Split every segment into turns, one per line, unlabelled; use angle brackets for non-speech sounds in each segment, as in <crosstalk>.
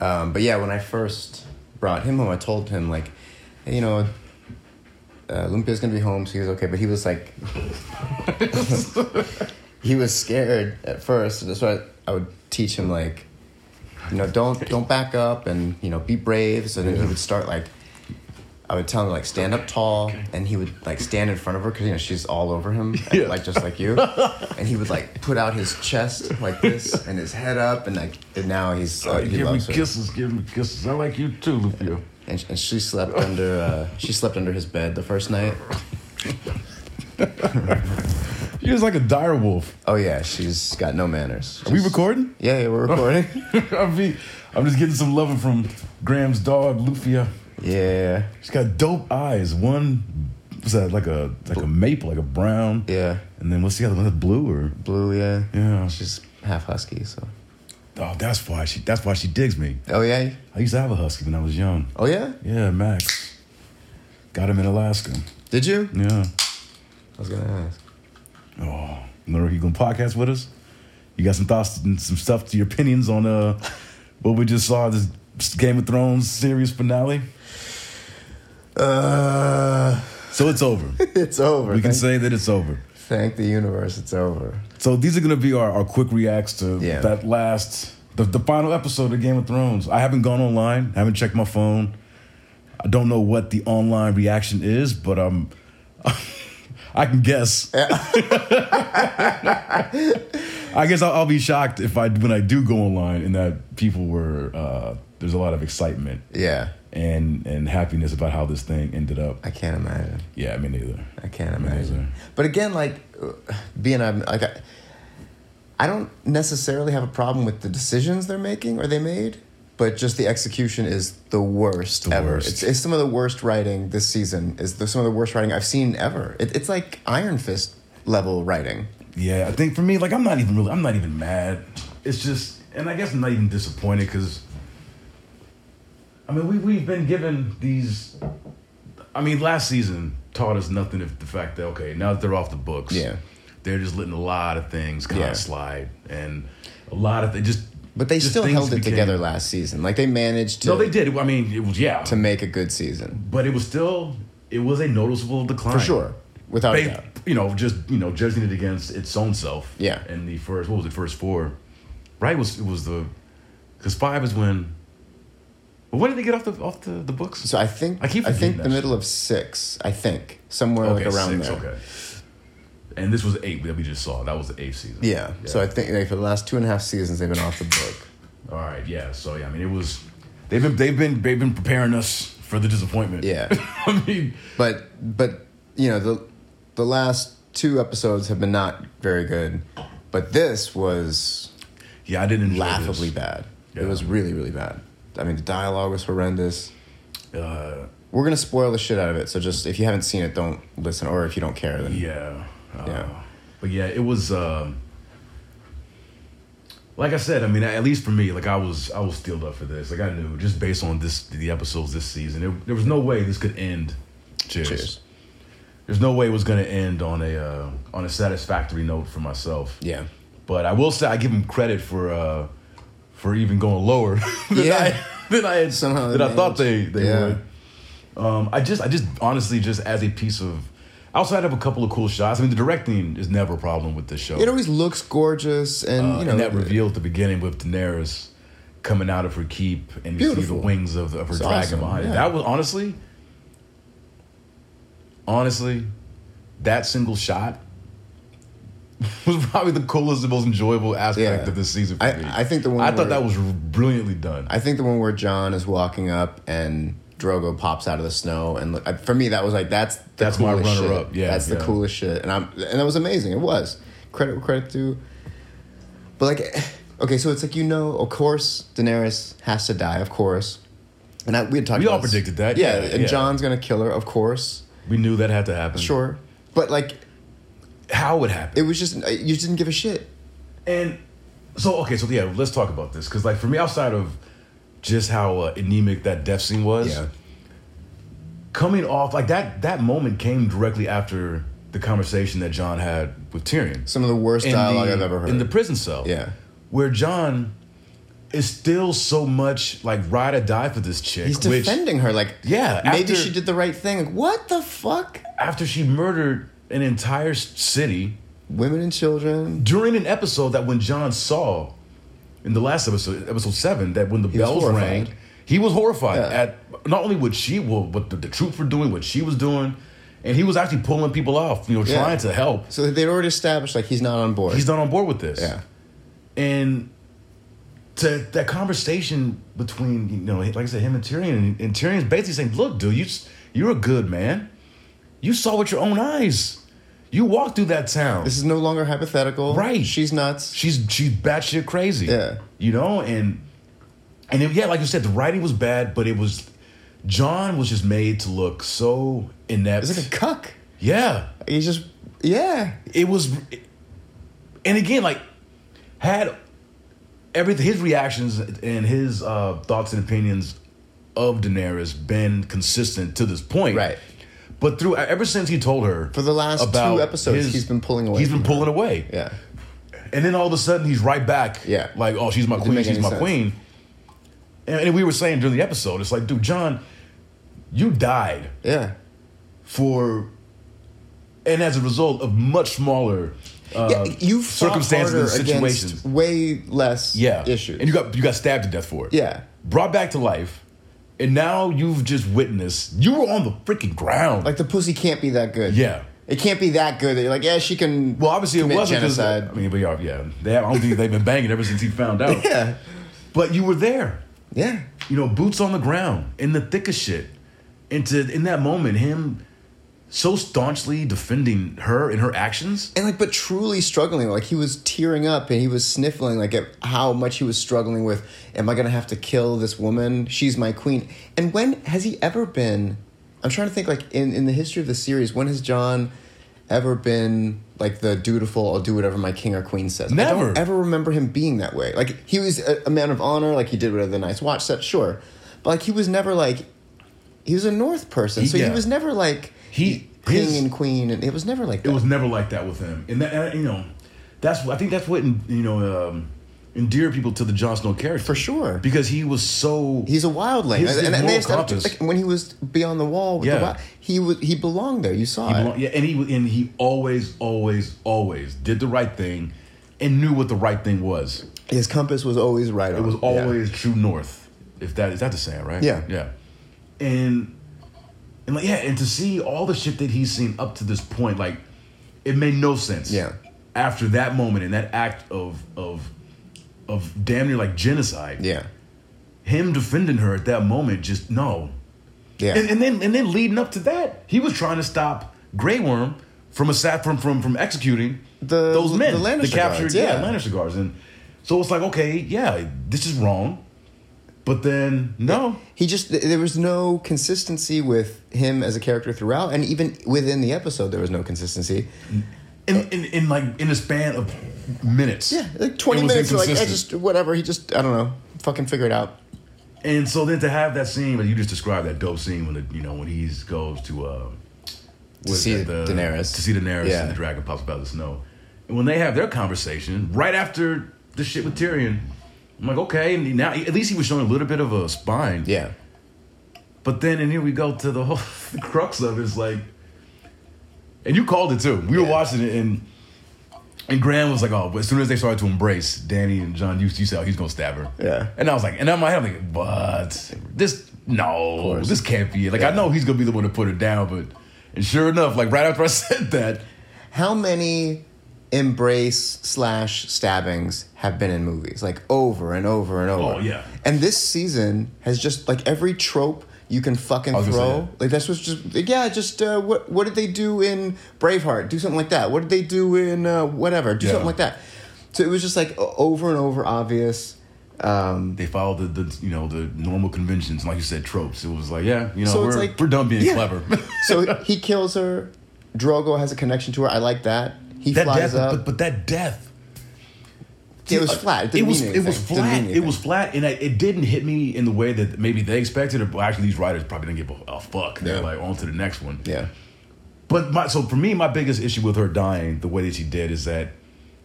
Um, but yeah, when I first brought him home, I told him like, hey, you know, uh, Lumpia's gonna be home, so he was okay. But he was like, <laughs> he was scared at first, and that's why I would teach him like, you know, don't don't back up, and you know, be brave. So then he would start like, I would tell him like stand up tall, and he would like stand in front of her because you know she's all over
<laughs>
him,
Yeah.
like just like you, and he would like put out his chest like this and his head up, and like and now he's uh, he
give me
loves her.
kisses, give me kisses. I like you too, Lupio.
And, and she slept under uh, she slept under his bed the first night.
She was like a dire wolf.
Oh yeah, she's got no manners.
Are we
She's-
recording?
Yeah, yeah, we're recording.
I mean, <laughs> I'm just getting some love from Graham's dog, Lufia.
yeah,
She's got dope eyes. One was that like a like a maple, like a brown.
yeah,
And then what's the other one? The blue or
blue. Yeah,
Yeah.
She's half husky, so.
oh, that's why she that's why she digs me.
Oh yeah,
I used to have a husky when I was young.
oh yeah.
Yeah, Max. Got him in Alaska.
Did you?
Yeah.
I was gonna ask.
Oh, Laura, you gonna podcast with us? You got some thoughts and some stuff to your opinions on uh what we just saw this Game of Thrones series finale?
Uh, <laughs>
So it's over.
it's over.
we can
thank,
say that it's over.
thank the universe. It's over.
So these are gonna be our, our quick reacts to
Yeah.
that last the, the final episode of Game of Thrones. I haven't gone online, haven't checked my phone. I don't know what the online reaction is, but um <laughs> I can guess. I guess I'll, I'll be shocked if I when I do go online and that people were uh, there's a lot of excitement
Yeah,
and and happiness about how this thing ended up.
I can't imagine.
Yeah, me neither.
I can't
Me neither.
imagine. But again, like uh, being a like, I, I don't necessarily have a problem with the decisions they're making or they made, but just the execution is the worst
The
ever.
worst.
It's, it's some of the worst writing this season. Is the, some of the worst writing I've seen ever. It, it's like Iron Fist level writing.
Yeah, I think for me, like I'm not even really, I'm not even mad. It's just, and I guess I'm not even disappointed because, I mean, we we've been given these. I mean, last season taught us nothing if the fact that okay, now that they're off the books,
Yeah.
they're just letting a lot of things kind
Yeah.
of slide, and a lot of they just.
But they
just
still
things
held it
became-
together last season. Like they managed to
No, they did. I mean, it was yeah,
to make a good season
but it was still it was a noticeable decline
for sure, without a
they,
doubt.
you know, just you know, judging it against its own self.
Yeah.
And the first, what was it? First four, right? Was it was the because five is when. Well, when did they get off the off the, the books?
So I think
I
I,
keep forgetting
think
that
the
shit.
middle of six. I think somewhere like around
six,
there.
Okay. And this was eight that we just saw. That was the eighth season.
Yeah. So I think like, for the last two and a half seasons, they've been off the
<laughs>
book.
All right. Yeah. So yeah, I mean, it was. They've been they've been they've been preparing us for the disappointment.
Yeah.
<laughs> I mean,
But but you know the the last two episodes have been not very good, but this was
yeah, I didn't enjoy
laughably
this.
bad.
Yeah.
It was really really bad. I mean the dialogue was horrendous.
Uh,
We're gonna spoil the shit out of it. So just if you haven't seen it, don't listen, or if you don't care, then
Yeah. Uh,
Yeah.
But yeah, it was. Uh, like I said, I mean, at least for me, like I was, I was steeled up for this. Like I knew, just based on this, the episodes this season, there, there was no way this could end. Cheers.
Cheers.
There's no way it was gonna end on a uh, on a satisfactory note for myself.
yeah.
But I will say, I give him credit for uh, for even going lower <laughs> than
Yeah.
I than I had
Somehow
than
they
I thought they
managed.
they
Yeah.
would. Um, I just I just honestly just as a piece of I also had a couple of cool shots. I mean, the directing is never a problem with this show.
It always looks gorgeous, and
Uh,
you know
and that reveal at the beginning with Daenerys coming out of her keep and you see
Beautiful.
the wings of, of her
It's
dragon
awesome,
behind it.
yeah.
That was honestly, honestly, that single shot <laughs> was probably the coolest and most enjoyable aspect
Yeah.
of this season for me.
I, I think the one
I thought
where-
that was brilliantly done.
I think the one where John is walking up and Drogo pops out of the snow, and look, I- for me that was like that's the
That's my
coolest
runner
shit.
up, yeah,
that's the
yeah.
coolest shit, and I'm and that was amazing. It was credit credit to, but like, <sighs> okay, so it's like you know, of course Daenerys has to die, of course, and I, we had talked.
We all
about this.
predicted that,
yeah,
yeah,
and
yeah.
John's gonna kill her, of course,
we knew that had to happen.
sure, but like
How it happened.
it was just you just didn't give a shit.
And so okay, so yeah, let's talk about this because like for me, outside of just how uh, anemic that death scene was,
Yeah.
coming off like that that moment came directly after the conversation that John had with Tyrion.
Some of the worst dialogue
the,
I've ever heard.
in the prison cell.
Yeah.
where John it's still so much like ride or die for this chick.
He's
which,
defending her like
Yeah,
maybe
after-
she did the right thing. Like, what the fuck?
after she murdered an entire s- city
Women and children.
during an episode that when John saw in the last episode, episode seven, that when the
was
bells
horrified.
rang, he was horrified
Yeah.
at not only what she well, what the, the troops were doing, what she was doing, and he was actually pulling people off, you know,
Yeah.
trying to help.
So they'd already established like he's not on board.
He's not on board with this.
yeah.
and to that conversation between you know like i said him and tyrion and tyrion's basically saying look dude you, s- you're a good man you saw with your own eyes you walked through that town
This is no longer hypothetical.
Right.
She's nuts.
she's she's batshit crazy
Yeah.
you know and and it, yeah like you said the writing was bad but it was john was just made to look so inept
It's like a cuck.
yeah
He's just yeah.
it was and again like had everything his reactions and his uh, thoughts and opinions of Daenerys been consistent to this point
Right.
but through ever since he told her
For the last
about
two episodes,
his-
he's been pulling away.
he's been
from
pulling away
her. Yeah.
and then all of a sudden he's right back
Yeah.
like oh she's my queen
make
she's
any
my
sense.
queen and, and we were saying during the episode it's like dude John you died
Yeah.
for and as a result of much smaller uh,
yeah, you fought
circumstances and
harder against
situations
way less
yeah
issues.
and you got you got stabbed to death for it
yeah,
brought back to life and now you've just witnessed you were on the freaking ground
like the pussy can't be that good.
yeah
it can't be that good. That you're like, yeah, she can.
well obviously it
commit
wasn't 'cause-
genocide.
I mean but yeah, yeah they have, I don't think they've been banging ever since he
<laughs>
found out
<laughs> yeah,
but you were there
yeah.
you know, boots on the ground in the thick of shit. And to, in that moment, him so staunchly defending her and her actions.
and like but truly struggling like he was tearing up and he was sniffling like at how much he was struggling with am i gonna have to kill this woman she's my queen and when has he ever been i'm trying to think like in, in the history of the series when has john ever been like the dutiful i'll do whatever my king or queen says i
Never.
don't ever remember him being that way like he was a, a man of honor like he did whatever the night's watch set sure but like he was never like he was a north person so
yeah.
he was never like
He-
king
his-
and queen and it was never like that
It was never like that with him. And that, and, you know, that's I think that's what you know um, endeared people to the Jon Snow character
For sure.
because he was so
He's a wildling.
His- his
and, and
moral
they established-
compass.
like, when he was beyond the wall, with
Yeah.
the wild, he was he belonged there. You saw
He
it.
belong- yeah, and he and he always, always, always did the right thing, and knew what the right thing was.
His compass was always right on.
It was
Yeah.
always true north. If that is that the saying, right?
Yeah.
Yeah. And and like yeah, and to see all the shit that he's seen up to this point, like it made no sense.
Yeah.
After that moment and that act of of of damn near like genocide,
yeah,
him defending her at that moment just no.
yeah.
And, and then and then leading up to that, he was trying to stop Grey Worm from a sat from from from executing
The-
those men,
the Lannister
captured
guards,
yeah.
yeah.
Lannister guards, and so it's like okay, yeah, this is wrong, but then no,
he just th- there was no consistency with him as a character throughout, and even within the episode, there was no consistency.
in in, in like in a span of minutes,
Yeah, like
it
twenty
was
minutes. Like I
inconsistent.
just whatever. He just I don't know. Fucking figure it out.
And so then to have that scene, but you just described that dope scene when the, you know when he goes to uh, what is
see
that,
Daenerys.
to see Daenerys
Yeah.
and the dragon pops out of the snow, and when they have their conversation right after the shit with Tyrion, I'm like okay, and now at least he was showing a little bit of a spine.
Yeah,
But then and here we go to the whole <laughs> the crux of it is like, and you called it too. We were
Yeah.
watching it and. And Graham was like, "Oh!" But as soon as they started to embrace, Danny and John, you, you said, oh, "He's gonna stab her."
Yeah.
And I was like, and in my head, I'm like, "What? This? No,
course.
this can't be it." Like I
Yeah.
know he's gonna be the one to put her down, but and sure enough, like right after I <laughs> said that,
how many embrace slash stabbings have been in movies like over and over and over
Oh, yeah.
and this season has just like every trope you can fucking
was gonna say
throw like that's what's just like, yeah just uh, what what did they do in braveheart do something like that what did they do in uh, whatever do
Yeah.
something like that so it was just like o- over and over obvious um
they followed the, the you know the normal conventions, like you said, tropes. It was like, yeah, you know,
So
we're
it's like-
we're done being
yeah.
clever.
so he kills her drogo has a connection to her i like that he
<laughs> that
flies
death,
up
but, but that death.
it was
Uh,
flat it,
It
didn't
was
mean
it was
anything. Didn't mean
flat. It
anything.
was flat, and I, it didn't hit me in the way that maybe they expected. Or well, actually, these writers probably didn't give a, a fuck. They're
Yeah.
like on to the next one.
yeah
But my, so for me, my biggest issue with her dying the way that she did is that,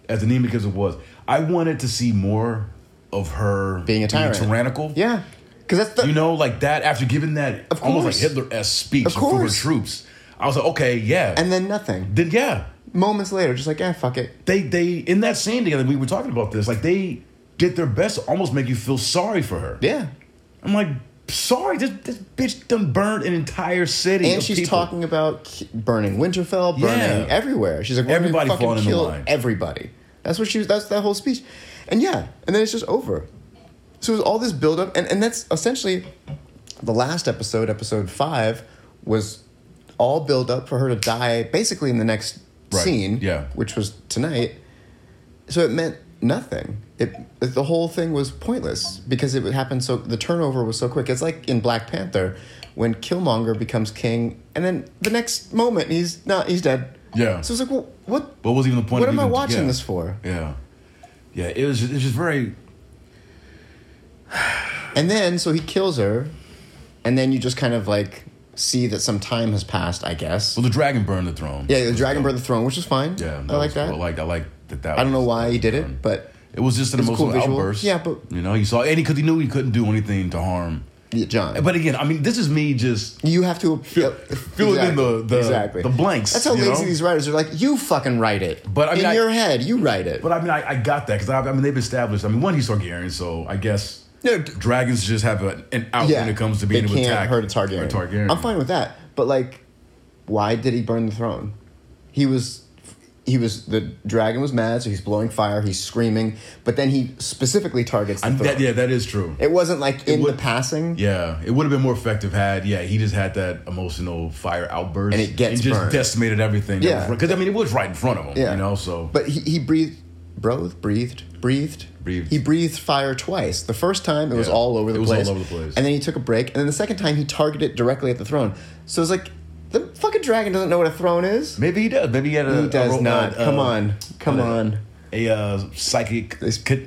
as anemic as it was, I wanted to see more of her
Being a tyrant.
tyrannical.
Yeah, because that's the
You know, like that after giving that
Of
almost like
course.
Hitler s speech
Of
for her
course.
troops, I was like, okay, yeah.
and then nothing.
then yeah,
Moments later, just like yeah, fuck it.
they they in that scene together, we were talking about this. Like they did their best to almost make you feel sorry for her.
Yeah,
I'm like, sorry, this this bitch done burned an entire city.
and
of
she's
people.
talking about k- burning Winterfell, burning
Yeah.
everywhere. She's like, we're gonna
Everybody
fucking
falling in
kill
line.
Everybody. That's what she was. That's that whole speech, and yeah, and then it's just over. So it was all this buildup, and and that's essentially the last episode, episode five, was all build up for her to die basically in the next
Right.
scene,
Yeah.
which was tonight. So it meant nothing. It the whole thing was pointless because it would happen so the turnover was so quick. It's like in Black Panther when Killmonger becomes king, and then the next moment he's not he's dead.
Yeah.
So it's like, well, what?
What was even the point?
What
of
am I
even-
watching
yeah.
this for?
Yeah, yeah. It was. It's just very.
And then so he kills her, and then you just kind of like see that some time has passed. I guess.
Well, the dragon burned the throne.
Yeah, the dragon burned the throne, which is fine.
Yeah,
I like
was
that.
cool. I like I like that. that
I don't know
was-
why he did
done.
it, but
It was just an
It's a cool
emotional
visual.
outburst.
Yeah, but-
you know, he saw and because he knew he couldn't do anything to harm.
yeah, John.
But again, I mean, this is me just
You have to fill,
fill it in the- the- the blanks,
That's how
you
lazy
know?
these writers are. Like you fucking write it,
But, I mean,
in
I-
your head you write it.
But I mean, I, I got that because I, I mean they've established. I mean, one he's Targaryen, so I guess
No, d-
dragons just have a, an out
yeah,
when it comes to being
it
able to
can't
attack
hurt a Targaryen.
a Targaryen.
I'm fine with that. But like, why did he burn the throne? He was, he was the dragon was mad, so he's blowing fire. He's screaming, but then he specifically targets the
I'm-
throne.
that, yeah, that is true.
It wasn't like in
would-
the passing.
yeah, it would have been more effective had yeah he just had that emotional fire outburst
And it gets
just
burned.
decimated everything.
Yeah.
because I mean it was right in front of him.
Yeah.
you know, so
But he, he breathed, breathed, breathed, breathed,
Breathed.
He breathed fire twice. The first time it was
Yeah.
all over the
It was all
place.
over the place.
And then he took a break. And then the second time he targeted directly at the throne. So it's like the fucking dragon doesn't know what a throne is.
maybe he does. Maybe he had a
He does
a, ro-
not.
a- a-
Come on, come
a-
on.
a uh, psychic
It's-
co-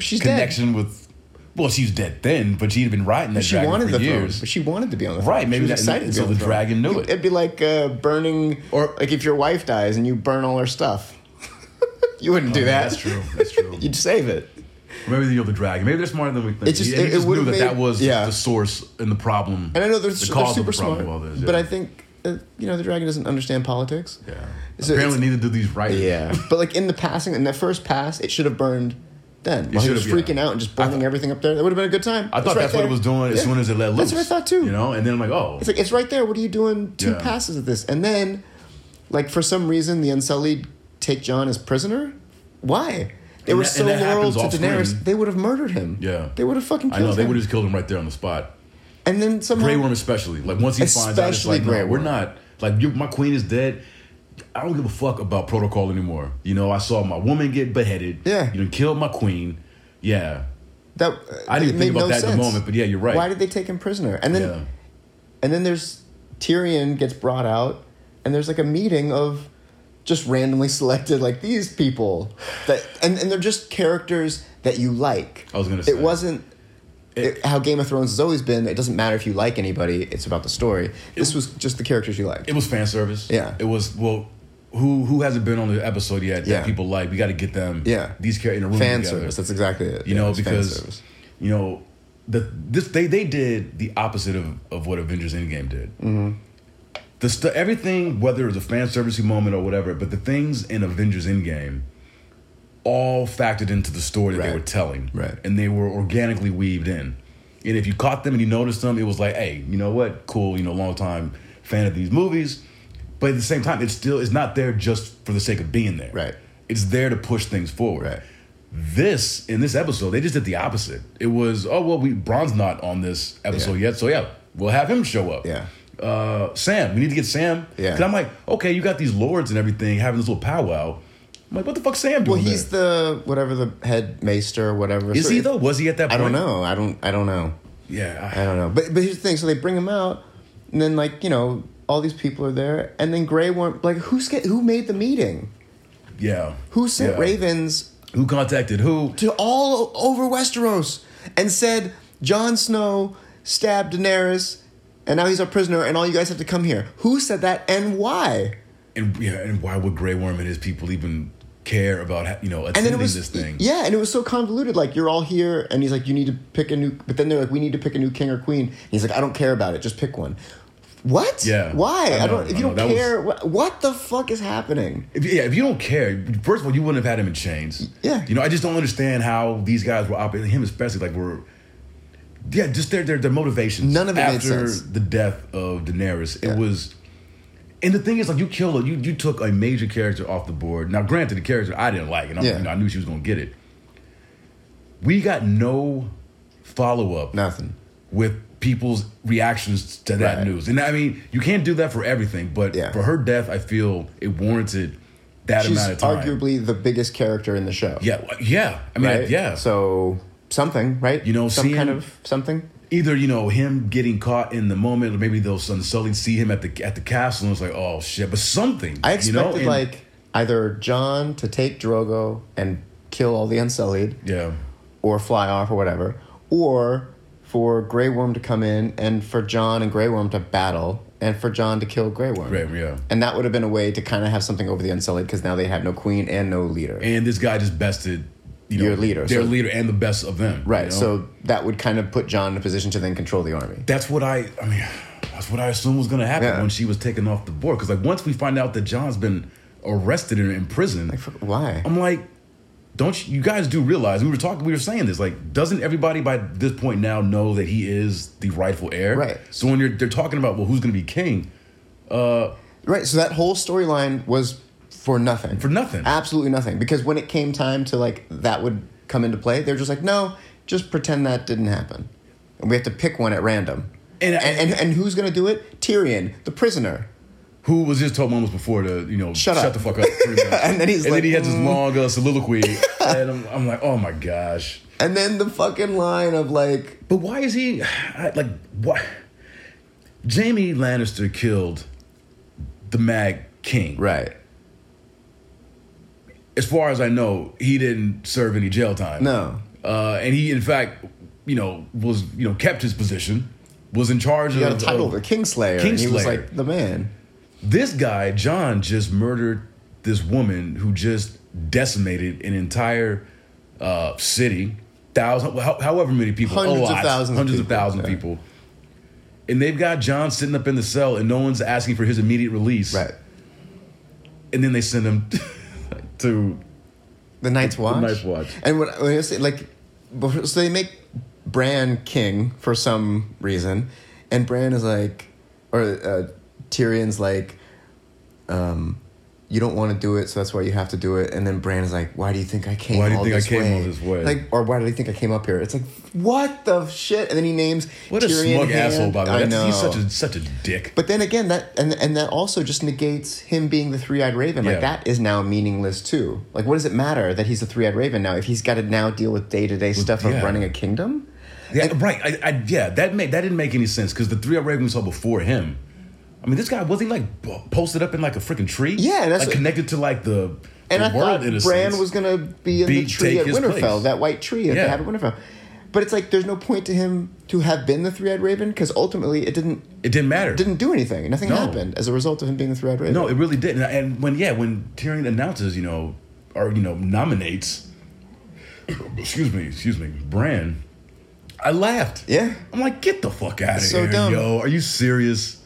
she's dead.
connection with. Well, she's dead then, but she'd been riding that
She
dragon
wanted
for
the
years.
throne. But she wanted to be on the throne.
Right, maybe
she was
that-
excited to be
so
on the,
the
throne.
dragon knew it.
It'd be like uh, burning,
Or-
or like if your wife dies and you burn all her stuff. <laughs> you wouldn't do that.
Oh, That's true. That's true.
<laughs> You'd save it.
Maybe they are the dragon. Maybe they're smarter than we think.
It just-
Yeah, he
it- it
just knew
would've
that
made-
that was
yeah.
the source and the problem.
And I know they're,
the
they're super
of the
smart,
problem of all this,
but
yeah.
I think uh, you know the dragon doesn't understand politics.
yeah.
So
apparently
it's-
neither do these writers.
Yeah, but like in the passing, in that first pass, it should have burned. Then while he
should
was
have, yeah.
freaking out and just burning
I thought-
everything up there, that would have been a good time.
I thought that's what it was doing as soon as it let
That's
loose.
what I thought too.
You know, and then I'm like, oh,
It's like it's right there. What are you doing? Two
Yeah.
passes at this, and then, like for some reason, the Unsullied take John as prisoner. Why? They
And
were
that- and
so
that
loyal
happens
to
off
Daenerys.
screen.
They would have murdered him.
Yeah.
they would have fucking
I
killed
know they would
him.
have just killed him right there on the spot.
and then somehow
Grey Worm especially, like once he finds out, it's
Especially
like, no,
Grey
we're
Worm.
not. Like, you, my queen is dead. I don't give a fuck about protocol anymore. You know, I saw my woman get beheaded.
Yeah.
you know, killed my queen. Yeah,
that uh,
I
it
didn't
made
think about
no
that in
sense.
the moment, but yeah, you're right.
Why did they take him prisoner? And then,
yeah.
and then there's Tyrion gets brought out, and there's like a meeting of just randomly selected like these people that, and, and they're just characters that you like.
I was gonna say.
it wasn't
It-
it- how Game of Thrones has always been. It doesn't matter if you like anybody; it's about the story. this was just the characters you liked.
It was fan service.
Yeah.
It was well. Who who hasn't been on the episode yet
Yeah.
that people like? We got to get them.
Yeah.
These characters in a room
fan
together.
service. That's exactly it.
You
Yeah, it
know
was fan
because
service.
you know the this they they did the opposite of of what Avengers Endgame did. Mm-hmm. The st- everything whether it was a fan servicey moment or whatever, but the things in Avengers Endgame all factored into the story that they
Right.
were telling.
Right.
And they were organically weaved in. And if you caught them and you noticed them, it was like, hey, you know what? Cool, you know, long time fan of these movies. But at the same time, it's still it's not there just for the sake of being there.
Right.
It's there to push things forward.
Right.
This in this episode, they just did the opposite. It was, oh well, we Bron's not on this episode yet, so yeah, we'll have him show up
yeah,
uh, Sam. We need to get Sam.
Yeah.
Because I'm like, okay, you got these lords and everything having this little powwow. I'm like, what the fuck, Sam
well,
doing?
he's
there?
the whatever the head maester, whatever.
Is
So
he
it-
though? Was he at that?
I don't
point?
know. I don't. I don't know.
Yeah.
I don't know. But but here's the thing. So they bring him out, and then like you know all these people are there, and then Grey Worm. Like who's get, who made the meeting?
yeah.
Who sent
Yeah.
ravens
Who contacted who?
to all over Westeros and said Jon Snow stabbed Daenerys, and now he's our prisoner, and all you guys have to come here? Who said that and why?
And yeah, and why would Grey Worm and his people even care about ha- you know
and
attending
then it was
this thing.
yeah, and it was so convoluted. Like you're all here, and he's like, you need to pick a new. But then they're like, we need to pick a new king or queen. And he's like, I don't care about it. Just pick one. What?
Yeah.
Why?
I
I,
know,
don't. If
I
you
know,
don't
that was-
care, wha- what the fuck is happening?
If, yeah, if you don't care, first of all, you wouldn't have had him in chains.
Yeah.
You know, I just don't understand how these guys were operating, him especially, like were, yeah, just their their, their motivations.
None of it made
after
sense.
the death of Daenerys,
Yeah.
it was, and the thing is, like, you killed, you you took a major character off the board. Now, granted, the character I didn't like, and I,
Yeah.
you know, I knew she was gonna get it. We got no follow up
Nothing.
with people's reactions to that
Right.
news. And I mean, you can't do that for everything, but
Yeah.
for her death, I feel it warranted that
She's
amount of time.
arguably the biggest character in the show.
yeah, uh, yeah. I mean,
Right?
yeah.
So
So
something, right?
You know,
some
seeing-
kind of something.
either you know him getting caught in the moment, or maybe they'll suddenly see him at the at the castle, and it's like, oh shit. But something
I
you
expected
know? And-
like either John to take Drogo and kill all the Unsullied,
yeah,
or fly off or whatever, or for Grey Worm to come in and for John and Grey Worm to battle and for John to kill Grey Worm.
right, yeah.
And that would have been a way to kind of have something over the Unsullied because now they have no queen and no leader.
And this guy just bested you know,
Your leader,
their
so-
leader, and the best of them.
right.
you know?
So that would kind of put John in a position to then control the army.
that's what I I mean that's what I assumed was gonna happen
Yeah.
when she was taken off the board. Cause like once we find out that John's been arrested and in prison,
Like, for, why?
I'm like, don't you, you guys do realize we were talking we were saying this, like, doesn't everybody by this point now know that he is the rightful heir?
Right.
So when you're they're talking about well who's gonna be king,
Right. So that whole storyline was for nothing.
For nothing.
Absolutely nothing. Because when it came time to like that would come into play, they're just like, no, just pretend that didn't happen. And we have to pick one at random.
And uh,
And
I-
and, and, who's gonna do it? Tyrion, the prisoner. <laughs>
who was just told moments before to, you know,
Shut up.
the fuck up. pretty much.
<laughs> And then he's
and
like,
then he has this
mm.
long
<laughs>
uh, soliloquy. and I'm, I'm like, oh my gosh.
And then the fucking line of like,
But why is he like why? Jamie Lannister killed the Mad King.
right.
As far as I know, he didn't serve any jail time.
No.
Uh, and he, in fact, you know, was you know kept his position, was in charge
He got a
of
title,
of-
the Kingslayer. And he
Kingslayer.
was like the man.
this guy John just murdered this woman who just decimated an entire uh, city, thousand, how- however many people,
Hundreds
a
of
lot,
thousands of
hundreds of
people,
thousands of
yeah.
people, and they've got John sitting up in the cell, and no one's asking for his immediate release,
Right.
And then they send him <laughs> to
The Night's Watch.
Night's Watch.
And what when I say like, before- so they make Bran king for some reason, and Bran is like, or uh, Tyrion's like, um, you don't want to do it, so that's why you have to do it. And then Bran is like, why do you think I came?
Why do you
all
think I
this
came
way?
all this way?
Like, or why do you think I came up here? It's like, what the shit? And then he names
what a
Tyrion
smug
Hand.
asshole by the way.
I
That's-
know.
He's such a such a dick.
But then again, that and and that also just negates him being the three eyed raven. Like
Yeah.
that is now meaningless too. Like what does it matter that he's the three eyed raven now if he's got to now deal with day to day stuff
yeah.
of running a kingdom?
Yeah, right. I, I, yeah, that made that didn't make any sense because the three Red Ravens saw before him. I mean, this guy was he like b- posted up in like a freaking tree?
Yeah, that's
like
what-
connected to like the,
And
the
I
world
thought
in a
Bran
sense.
was gonna be in
Be-
the tree
take
at
his
Winterfell,
place.
that white tree that
Yeah.
they have at Winterfell. But it's like there's no point to him to have been the three eyed raven because ultimately it didn't
It didn't matter.
didn't do anything. Nothing
No.
happened as a result of him being the three eyed raven.
No, it really didn't. And when yeah, when Tyrion announces, you know, or you know, nominates. excuse me, excuse me, Bran. I laughed.
Yeah.
I'm like, get the fuck out of
So
here,
dumb.
yo. Are you serious?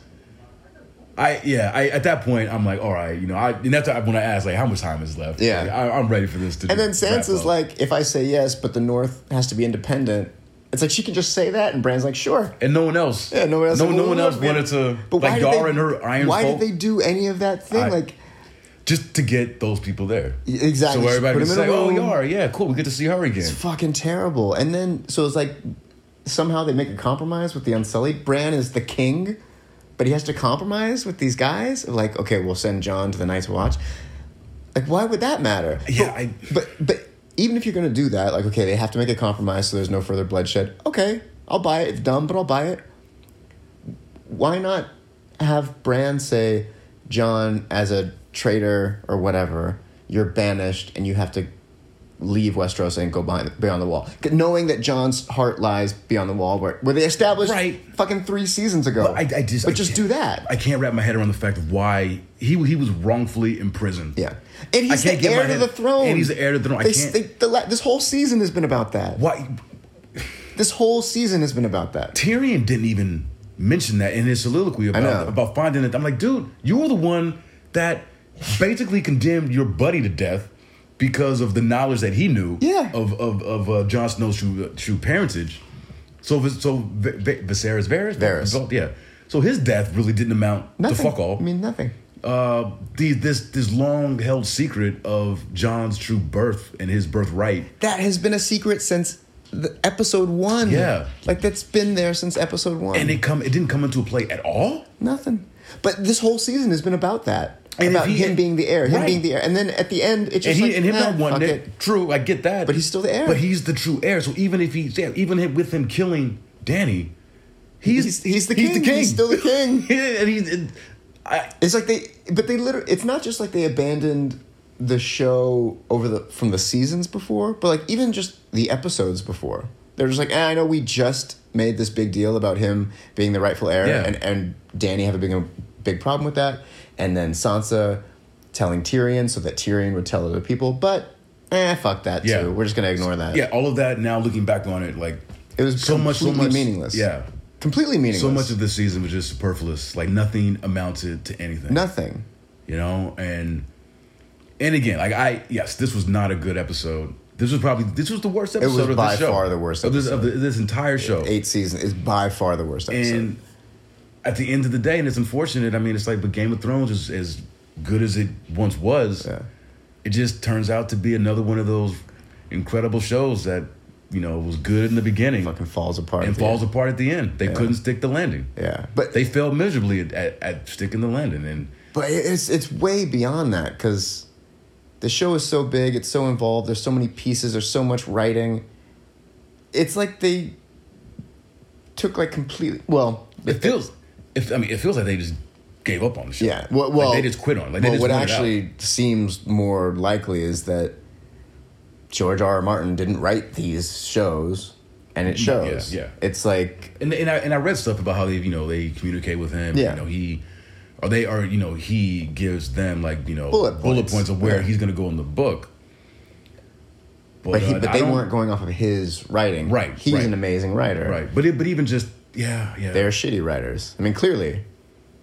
I yeah. I at that point, I'm like, all right, you know, I and that's when I asked like, how much time is left?
Yeah.
Like, I, I'm ready for this to.
And then
wrap
Sansa's
up.
like, if I say yes, but the North has to be independent. It's like she can just say that, and Bran's like, sure.
and no one else.
Yeah, no one else.
No, no
Well,
one else
look, man,
wanted to.
But why
like
did
Dara
they,
and her iron.
Why
folk,
did they do any of that thing?
I-
like
Just to get those people there.
exactly.
So
just
everybody
put
can
them in a
say, "Oh,
room.
you are. Yeah, cool. We get to see her again."
It's fucking terrible. And then so it's like somehow they make a compromise with the Unsullied. Bran is the king, but he has to compromise with these guys. Like, okay, we'll send John to the Night's Watch. Like, why would that matter?
Yeah,
but,
I-
but but even if you're gonna do that, like, okay, they have to make a compromise so there's no further bloodshed. Okay, I'll buy it. It's dumb, but I'll buy it. Why not have Bran say, John, as a traitor or whatever, you're banished and you have to leave Westeros and go behind, beyond the wall, knowing that John's heart lies beyond the wall, where, where they established
Right.
fucking three seasons ago.
I, I just,
but
I
just
can't-
do that.
I can't wrap my head around the fact of why he he was wrongfully imprisoned.
yeah, and he's
I can't
the
get my
heir to
head-
the throne.
and he's the heir to the throne. I
They-
can't-
they- the la- this whole season has been about that.
Why
This whole season has been about that.
Tyrion didn't even mention that in his soliloquy
know.
about about finding it. I'm like, dude, you were the one that basically condemned your buddy to death because of the knowledge that he knew
Yeah.
of of of uh, Jon Snow's true true parentage. So Vis- so v- v- Viserys Varys
Varys.
yeah. So his death really didn't amount
Nothing.
to fuck all.
I mean, nothing.
uh, the, this this long held secret of John's true birth and his birthright.
That has been a secret since the episode one.
Yeah.
like that's been there since episode one.
And it come it didn't come into play at all.
Nothing. But this whole season has been about that.
And if
about
he-
him being the heir, him
Right.
being the heir, and then at the end, it's
and
just
he
like,
and him
nah,
not wanting
fuck
it.
it.
True, I get that.
But he's still the heir.
But he's the true heir. So even if he's yeah, even him- with him killing Danny, he's
He's, he's the king. He's, still
<laughs>
the king.
and he's and I,
it's like they, but they literally. It's not just like they abandoned the show over the from the seasons before, but like even just the episodes before. They're just like, eh, I know we just made this big deal about him being the rightful heir,
Yeah.
and and Danny having a big, big problem with that, and then Sansa telling Tyrion so that Tyrion would tell other people, but. Eh, fuck that
Yeah.
too. We're just gonna ignore that.
yeah, all of that. Now looking back on it, like
It was
so much, so
completely
much
meaningless.
Yeah,
completely meaningless.
so much of this season was just superfluous. Like nothing amounted to anything.
nothing.
you know and and again like i yes this was not a good episode this was probably this was the worst episode
was
of
by
this show
far the worst
of this, of this entire show
Eight season is by far the worst episode.
and at the end of the day and it's unfortunate i mean it's like but game of thrones is as good as it once was
Yeah.
it just turns out to be another one of those incredible shows that you know was good in the beginning
Fucking falls apart.
and
at the end.
falls apart at the end they couldn't stick the landing
Yeah, but
they failed miserably at, at, at sticking the landing and
but it's it's way beyond that because the show is so big. It's so involved. There's so many pieces. There's so much writing. It's like they took like completely. Well,
It feels. If I mean, it feels like they just gave up on the show.
Yeah. Well, well
they just quit on it. Like, they
well,
just
what
wanted
actually seems more likely is that George R. R. Martin didn't write these shows, and it shows.
yeah.
It's like
and and I and I read stuff about how they you know they communicate with him.
Yeah.
You know he, or they are you know he gives them like you know
Bullet points.
of where
Yeah.
he's going to go in the book.
but he,
uh,
but
I
they
don't-
weren't going off of his writing.
Right,
He's
right.
an amazing writer.
right. But it, but even just yeah yeah
They're shitty writers. I mean, clearly,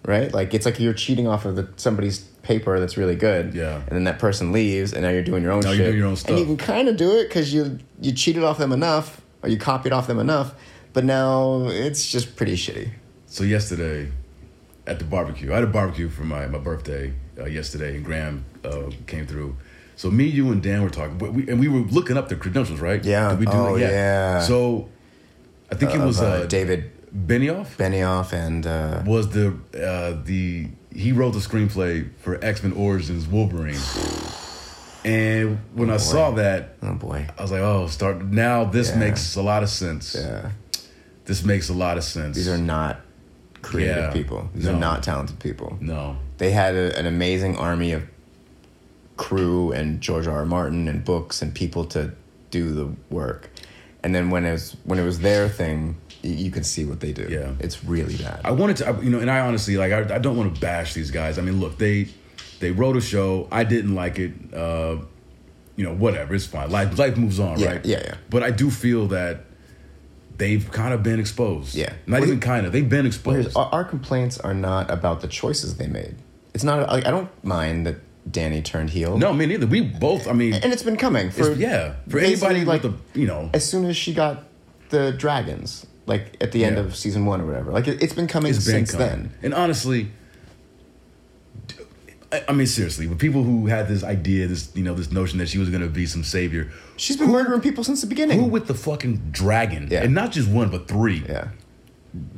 right? Like it's like you're cheating off of the, somebody's paper that's really good.
Yeah.
And then that person leaves, and now you're doing your own.
Now
shit.
you're doing your own
And you
stuff.
can kind of do it because you you cheated off them enough, or you copied off them enough. But now it's just pretty shitty.
So yesterday, at the barbecue, I had a barbecue for my, my birthday uh, yesterday, and Graham uh, came through. So me, you, and Dan were talking, but we, and we were looking up the credentials, right?
Yeah.
Did we do that?
Oh, yeah.
So I think it was
Of,
uh,
uh, David
Benioff
Benioff and uh,
was the uh, the he wrote the screenplay for X Men Origins Wolverine, and when I saw that,
oh boy,
I was like, oh, start now. This
Yeah.
makes a lot of sense.
yeah,
This makes a lot of sense.
Uh, these are not creative
Yeah.
people. These
No.
are not talented people.
no.
they had a, an amazing army of crew and George R. R. Martin and books and people to do the work. And then when it was when it was their thing, y- you can see what they do.
Yeah.
it's really bad.
I wanted to, I- you know, and I honestly like. I, I don't want to bash these guys. I mean, look, they they wrote a show. I didn't like it. Uh, you know, whatever. It's fine. Life life moves on,
Yeah,
right?
yeah, yeah.
But I do feel that they've kind of been exposed.
Yeah.
Not
Well,
even kind of. They've been exposed.
Here's- our, our complaints are not about the choices they made. It's not. Like, I don't mind that Danny turned heel.
no, me neither. We both. I mean,
and it's been coming for
it's- yeah. For
basically,
anybody
like
with the, you know,
as soon as she got the dragons, like at the end
Yeah.
of season one or whatever. Like it, it's been coming
it's been
since
coming.
then.
And honestly. d- I- I mean, seriously, with people who had this idea, this you know, this notion that she was going to be some savior,
She's been murdering people since the beginning.
Who with the fucking dragon?
Mm. Yeah.
And not just one, but three.
yeah.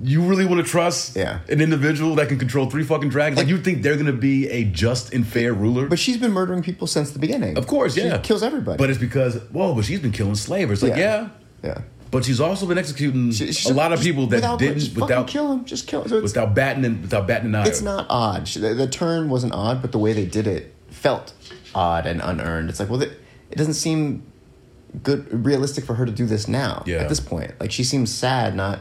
You really want to trust
Yeah.
an individual that can control three fucking dragons? Like, you think they're going to be a just and fair ruler?
But she's been murdering people since the beginning.
of course, yeah.
She kills everybody.
But it's because, whoa, but she's been killing slavers. Like, yeah.
Yeah.
But she's also been executing
She- she's-
a lot of
just
people that
without,
didn't
just fucking
without
kill him. Just kill him. So it's,
without batting an, without batting an eye.
it's not odd. She- The, the turn wasn't odd, but the way they did it felt odd and unearned. It's like, well, th- it doesn't seem good realistic for her to do this now
Yeah.
at this point like she seems sad not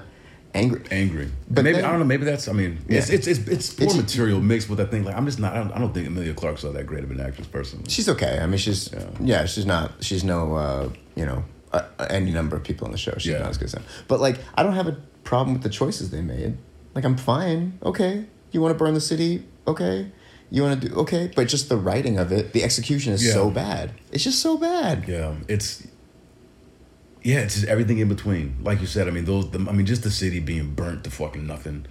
angry
angry.
But
But maybe
then-
I don't know. Maybe that's. I mean, it's,
Yeah.
it's it's it's poor
It's-
material mixed with that thing. Like I'm just not. I don't, I don't think Amelia Clark's all that great of an actress personally.
she's okay i mean she's yeah, she's not she's no uh, you know uh, any number of people on the show she's
Yeah.
not as good as them but like i don't have a problem with the choices they made like i'm fine okay you want to burn the city okay you want to do okay but just the writing of it the execution is
Yeah.
so bad it's just so bad
Yeah, um, it's. Yeah, it's just everything in between. Like you said, I mean those. The, I mean just the city being burnt to fucking nothing.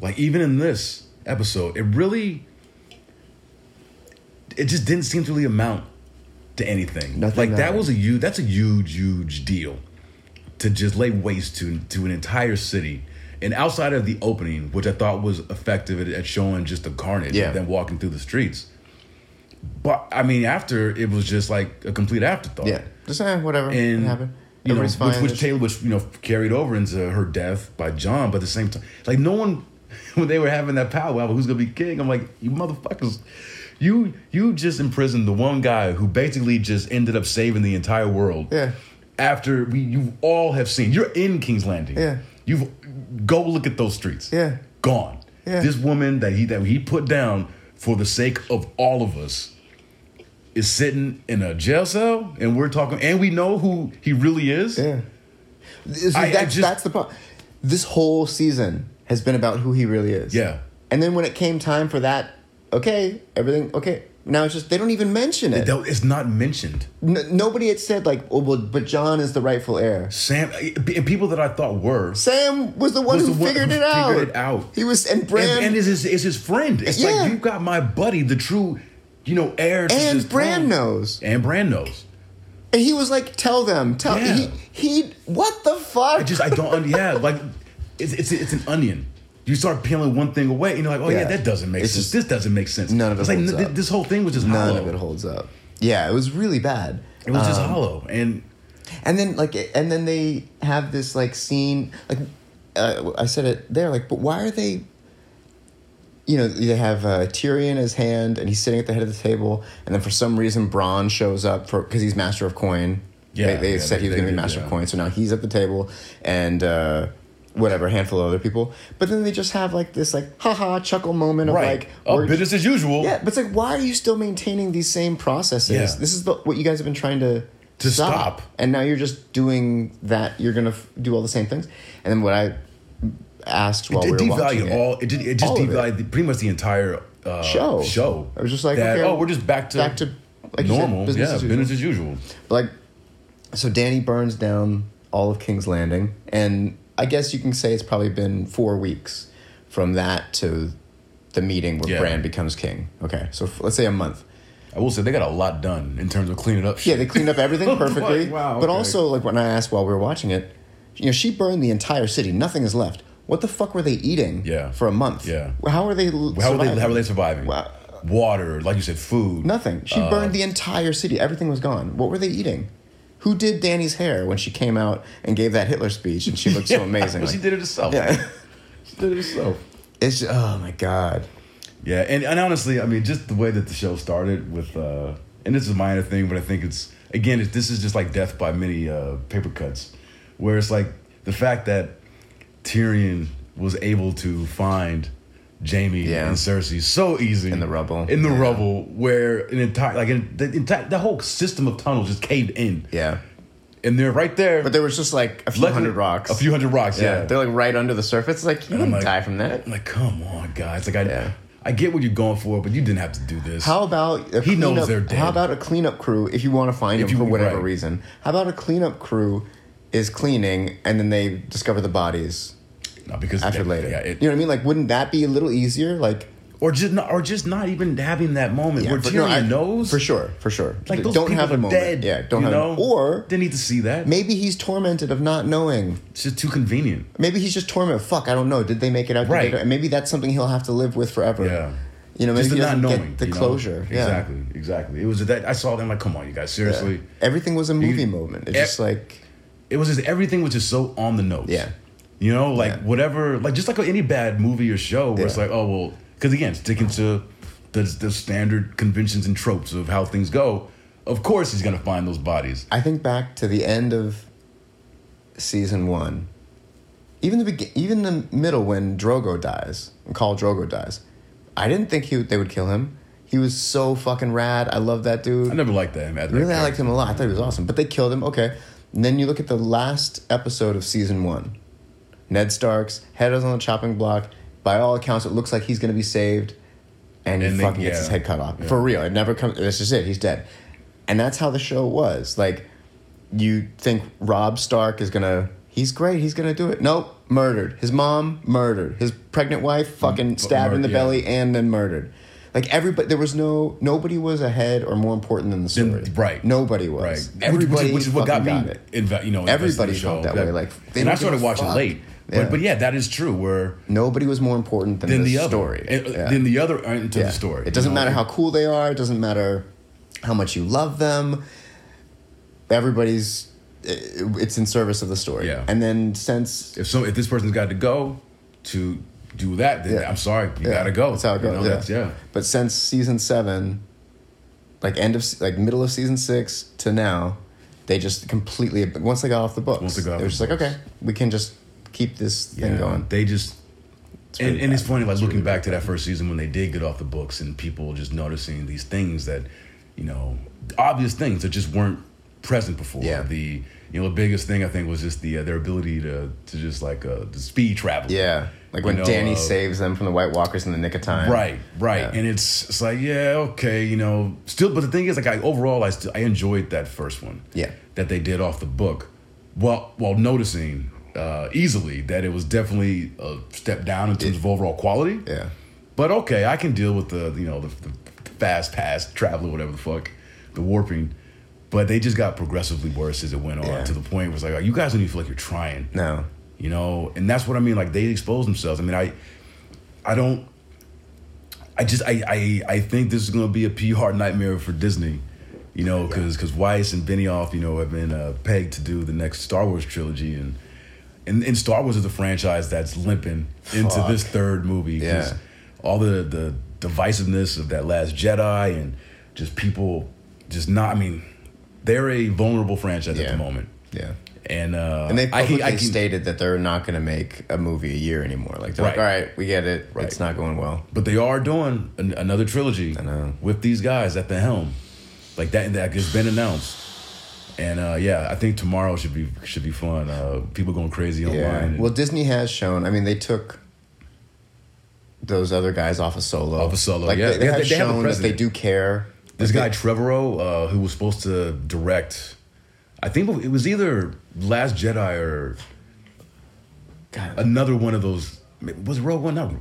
Like even in this episode, it really. It just didn't seem to really amount to anything.
Nothing
like that
mattered.
was a huge. That's a huge, huge deal. to just lay waste to to an entire city. And outside of the opening, which I thought was effective at, at showing just the carnage
Yeah.
of them walking through the streets. But I mean, after it was just like a complete afterthought.
yeah just eh, whatever
And
it happened
you know,
everybody's
which,
fine
which Taylor, which you know, carried over into her death by John. But at the same time, like no one, <laughs> when they were having that powwow, who's gonna be king? I'm like, you motherfuckers, you you just imprisoned the one guy who basically just ended up saving the entire world
Yeah.
after we you all have seen you're in King's Landing.
Yeah.
You've go look at those streets.
Yeah.
Gone.
Yeah.
This woman that he that he put down for the sake of all of us is sitting in a jail cell and we're talking and we know who he really is.
Yeah. This-
I- I
that's,
just-
that's the problem. This whole season has been about who he really is.
Yeah.
And then when it came time for that, okay, everything, okay. Now it's just, they don't even mention it.
That is not mentioned.
N- nobody had said, like, oh, well, but John is the rightful heir.
Sam and people that I thought were
Sam was the one
Was
who
the one
figured
who
it out.
figured it out.
He was, and Bran.
and, and is his is his friend. It's
Yeah.
like you got my buddy, the true, you know, heir to
And
this
Bran
throne.
knows.
And Brand knows.
And he was like, tell them, tell,
Yeah.
he, he, what the fuck?
I just I don't un- <laughs> yeah like it's it's it's an onion. You start peeling one thing away, and you're like, oh yeah,
Yeah.
that doesn't make
It's
sense.
just-
this doesn't make sense.
none of it
It's like
holds
th-
up.
this whole thing was just
None
hollow.
of it Um, holds up. Yeah, it was really bad.
Oh. It was just hollow, and
And then like and then they have this like scene like uh, I said it there like but why are they you know they have uh, Tyrion in his hand and he's sitting at the head of the table and then for some reason Bronn shows up for because he's master of coin
Yeah,
they, they
yeah,
said he was
they
gonna be
did,
master of
yeah.
coin so now he's at the table and uh, whatever a handful of other people but then they just have like this like haha chuckle moment of
right,
like
oh,
we're-
business as usual.
yeah, but it's like, why are you still maintaining these same processes?
Yeah.
This is the, what you guys have been trying to
To stop.
and now you're just doing that. You're gonna f- do all the same things. And then what I asked while
it
we were watching
devalued
it,
all. It, did, it just
All of it.
devalued the- pretty much the entire uh,
Show.
Show.
I was just like,
that,
okay,
oh, we're just back to
back to, like you said,
normal.
business
yeah,
as usual.
business as usual.
like, so Danny burns down all of King's Landing, and I guess you can say it's probably been four weeks from that to the meeting where
Yeah.
Bran becomes king. Okay, so f- let's say a month.
I will say they got a lot done in terms of cleaning up.
Yeah,
Shit.
they cleaned up
<laughs>
everything perfectly.
Oh, Wow,
But
okay.
also, like when I asked while we were watching it, you know, she burned the entire city. Nothing is left. What the fuck were they eating?
Yeah.
for a month.
Yeah.
how are they?
how are they? How are they surviving? Uh,
Wow.
Water, like you said, food.
Nothing. She burned the entire city. Everything was gone. What were they eating? Who did Danny's hair when she came out and gave that Hitler speech and she
<laughs>
looked so amazing?
she
Like,
did it herself.
yeah.
she did it herself.
It's just, oh my god.
Yeah, and, and honestly, I mean, just the way that the show started with, uh, and this is a minor thing, but I think it's again, it, this is just like death by many uh, paper cuts, where it's like the fact that Tyrion was able to find Jamie
Yeah.
and Cersei so easy
In the rubble.
in the
Yeah.
rubble, where an entire like an, the entire the whole system of tunnels just caved in,
Yeah.
and they're right there.
But there was just like a few
Luckily-
hundred rocks.
a few hundred rocks.
Yeah.
Yeah,
They're like right under the surface. Like you
I'm
didn't
like-
die from that.
I'm like, come on, guys! Like I,
Yeah.
I get what you're going for, but you didn't have to do this.
How about a
He knows
cleanup-
they're dead.
How about a cleanup crew if you want to find
If
them
you-
for whatever
right.
reason? How about a cleanup crew is cleaning and then they discover the bodies
No, because
after
that-
later?
yeah, it-
you know what I mean? Like, wouldn't that be a little easier? Like,
or just not, or just not even having that moment
yeah,
where
for-
Tyrion
no, I-
knows.
for sure, for sure.
like those
don't
people
have a
are
moment.
dead.
Yeah, don't
you
have.
know?
A, or
they need to see that.
maybe he's tormented of not knowing.
It's just too convenient.
Maybe he's just tormented. Fuck, I don't know. Did they make it out? Did
Right.
they- And maybe that's something he'll have to live with forever.
Yeah.
You know, maybe
Just the
he
not
doesn't get
knowing
the
you know?
closure. Yeah.
Exactly, exactly. It was that I saw them like, come on, you guys,
Yeah.
seriously.
Everything was a movie moment. It's
e-
just like.
It was just everything was just so on the nose.
Yeah.
you know, like
Yeah.
whatever, like just like any bad movie or show where it's
Yeah.
like, oh well, because again, sticking to the the standard conventions and tropes of how things go. Of course he's gonna find those bodies.
I think back to the end of season one, even the begin, even the middle when Drogo dies, when Khal Drogo dies, I didn't think he would- they would kill him. He was so fucking rad. I love that dude.
I never liked that. man.
Really, I liked him a lot. I thought he was awesome. But they killed him. Okay. And then you look at the last episode of season one. Ned Stark's head is on the chopping block. By all accounts, it looks like he's going to be saved, and he
And they-
fucking gets
yeah.
his head cut off
Yeah.
for real. It never comes. That's just it. He's dead, and that's how the show was. Like, you think Rob Stark is gonna? He's great. He's gonna do it. Nope. Murdered. His mom murdered. His pregnant wife fucking
But
stabbed in the
Mm, mur- yeah.
belly and then murdered. Like everybody, there was no nobody was ahead or more important than the
Then-
story.
right.
Nobody was.
Right.
Everybody,
which is what got me,
fucking it.
inve- you know, invested in
Everybody
the show.
felt that way, like, they
and I
don't give
started
a
watching
fuck.
late.
Yeah.
But, but yeah, that is true. Where
Nobody was more important than,
then
the,
the other
story.
and, uh,
Yeah.
then the other uh, into
Yeah.
the story.
It doesn't
you know?
matter how cool they are. It doesn't matter how much you love them. Everybody's it- it's in service of the story.
Yeah.
And then since
if so if this person's got to go to do that, then
Yeah.
I'm sorry, you
yeah,
gotta go.
That's how it
You
goes.
know,
yeah.
that's- yeah.
But since season seven, like end of se- like middle of season six to now, they just completely once they got off the books,
Once they got off
they were
the
just like,
books.
okay, we can just keep this
yeah.
thing going.
They just
really
and, and it's
bad.
funny, like looking back to that first season when they did get off the books and people just noticing these things that, you know, obvious things that just weren't present before.
Yeah.
The you know the biggest thing I think was just the uh, their ability to to just like uh, the speed travel.
Yeah. Like when
You know,
Danny
uh,
saves them from the White Walkers in the nick of time.
Right, right,
Yeah.
and it's it's like yeah, okay, you know, still. But the thing is, like, I overall, I still, I enjoyed that first one.
Yeah.
that they did off the book, while while noticing uh, easily that it was definitely a step down in terms of overall quality.
Yeah.
But okay, I can deal with the you know the, the fast pass traveler, whatever the fuck, the warping. But they just got progressively worse as it went on
Yeah.
to the point where it's like oh, you guys don't even feel like you're trying
No.
you know and that's what i mean like they expose themselves i mean i i don't i just i i, I think this is going to be a pr nightmare for disney you know because weiss and benioff you know have been uh, pegged to do the next star wars trilogy and and, and star wars is a franchise that's limping into
Fuck.
this third movie 'cause
Yeah.
all the the divisiveness of that last jedi and just people just not i mean they're a vulnerable franchise at
Yeah.
the moment
Yeah.
and uh
And they
I
publicly
can, I can,
stated that they're not going to make a movie a year anymore. Like, they're like, all
Right.
right, we get it.
Right.
It's not going well.
But they are doing an, another trilogy
know.
with these guys at the helm, like that. That has been announced, and uh, yeah, I think tomorrow should be should be fun. Uh, people going crazy online. and
Well, Disney has shown. I mean, they took those other guys off of Solo.
Off of Solo,
Like,
yeah.
They, they
Yeah,
have
they- they have a
shown that they
president.
do care.
this guy
Like,
Trevorrow, uh, who was supposed to direct, I think it was either Last Jedi or
they- God,
another one of those. Was it Rogue One? Not. I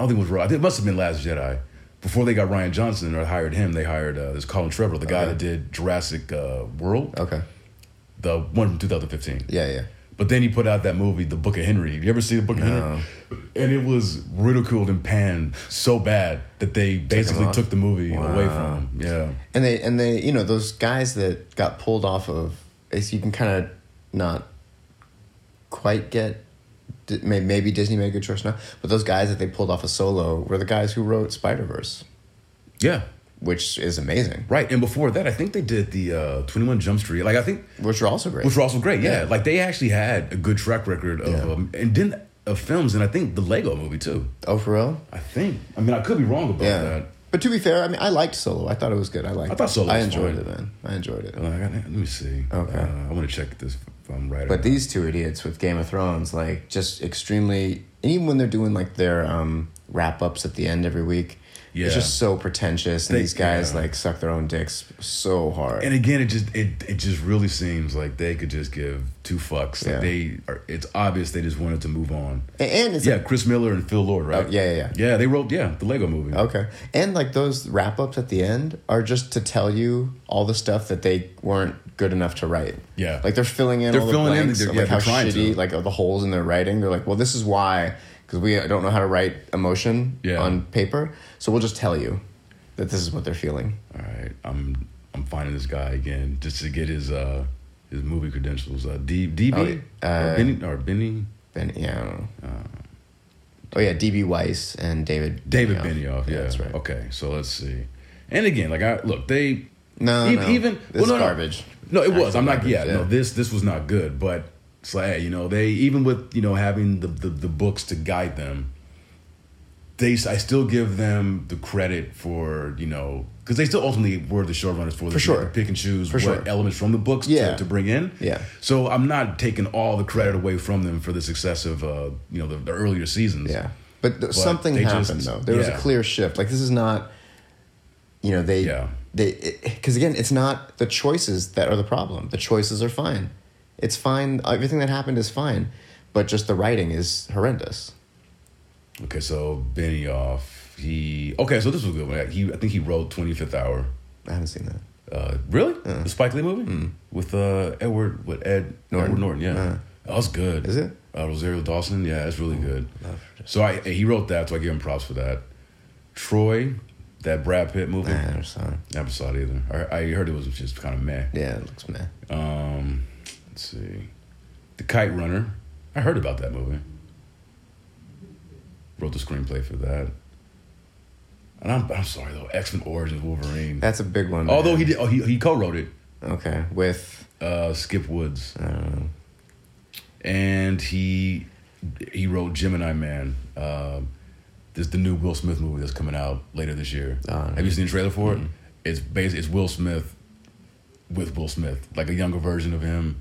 don't think it was Rogue. I think it must have been Last Jedi. Before they got Ryan Johnson or hired him, they hired uh, this Colin Trevorrow, the guy
Okay.
that did Jurassic uh, World,
okay.
the one from 2015.
Yeah, yeah.
But then he put out that movie, The Book of Henry. You ever see The Book of Henry? And it was ridiculed and panned so bad that they basically
off?
took the movie away
Wow.
from him. Yeah.
And they and they you know those guys that got pulled off of is you can kind of not quite get. Di- may- Maybe Disney made a good choice now, but those guys that they pulled off of Solo were the guys who wrote Spider Verse,
Yeah.
which is amazing,
Right. And before that, I think they did the uh, 21 Jump Street. Like, I think,
which were also great.
which were also great. Yeah.
Yeah.
Like, they actually had a good track record of,
Yeah.
um, and then of films, and I think the Lego movie, too.
oh, for real?
I think. I mean, I could be wrong about
Yeah.
that.
But to be fair, I mean, I liked Solo. I thought it was good. I liked.
I thought
it.
Solo
I
was
enjoyed
fine.
it, man. I enjoyed it.
Uh, I got- let me see.
Okay.
Uh, I want to check this if I'm right. or
But
not.
these two idiots with Game of Thrones, like, just extremely. And even when they're doing like their um, wrap ups at the end every week,
Yeah.
it's just so pretentious. And
They-
these guys
yeah.
like suck their own dicks so hard.
And again, it just it it just really seems like they could just give two fucks. Like
Yeah.
they are. It's obvious they just wanted to move on.
And, and it's
Yeah, Chris Miller and Phil Lord, right?
Oh, yeah, yeah, yeah.
Yeah, they wrote yeah the Lego Movie.
Okay. And like those wrap ups at the end are just to tell you all the stuff that they weren't good enough to write.
Yeah.
Like they're filling in
They're
all the
filling in,
blanks
they're-
of
yeah,
like how
they're trying
shitty,
to.
like of the holes in their writing. They're like, well, this is why, because we don't know how to write emotion
Yeah.
on paper. So we'll just tell you that this is what they're feeling.
All right, I'm I'm finding this guy again just to get his uh his movie credentials. Uh, D DB
Oh, uh,
or Benny or Benny
Ben, yeah. I don't
Uh,
know. oh, yeah. DB Weiss and David
David
Benioff.
Benioff. Yeah, Oh.
that's right.
Okay, so let's see. And again, like I look, they
No,
Even-
no.
E- even-
this
well, no, no.
garbage.
No, it was.
Actual
I'm not.
garbage,
Yeah, no. This this was not good. But it's like, hey, you know, they even with you know having the the, the books to guide them, they I still give them the credit for you know because they still ultimately were the showrunners for this.
sure.
to pick and choose
For
what
sure.
elements from the books
Yeah.
to, to bring in.
Yeah.
So I'm not taking all the credit away from them for the success of uh you know the, the earlier seasons.
Yeah, but, th- something
they
happened
just-
though. There was a
yeah.
clear shift. Like this is not, you know, they
Yeah.
they because again, it's not the choices that are the problem. The choices are fine. It's fine. Everything that happened is fine, but just the writing is horrendous.
Okay, so Benioff. He okay, so this was a good one. He I think he wrote Twenty Fifth Hour.
I haven't seen that.
Uh, really? The Spike Lee movie with uh, Edward with Ed
Norton.
Edward Norton. Yeah,
Uh.
that was good.
Is it? Oh,
Uh, Rosario Dawson. Yeah, it's really good.
love
So I he wrote that, so I give him props for that. Troy, that Brad Pitt movie.
Nah, I never saw it.
Never saw it either. I, I heard it was just kind of meh.
Yeah, it looks meh.
Um, let's see, The Kite Runner. I heard about that movie. Wrote the screenplay for that. And I'm, I'm sorry though, X Men Origins Wolverine.
That's a big one.
Although
man.
he did, oh, he, he co-wrote it.
okay with
uh, Skip Woods,
I don't know.
and he he wrote Gemini Man. Um this the new Will Smith movie that's coming out later this year.
Ah,
Have you seen the trailer for it? It's basically it's Will Smith with Will Smith, like a younger version of him.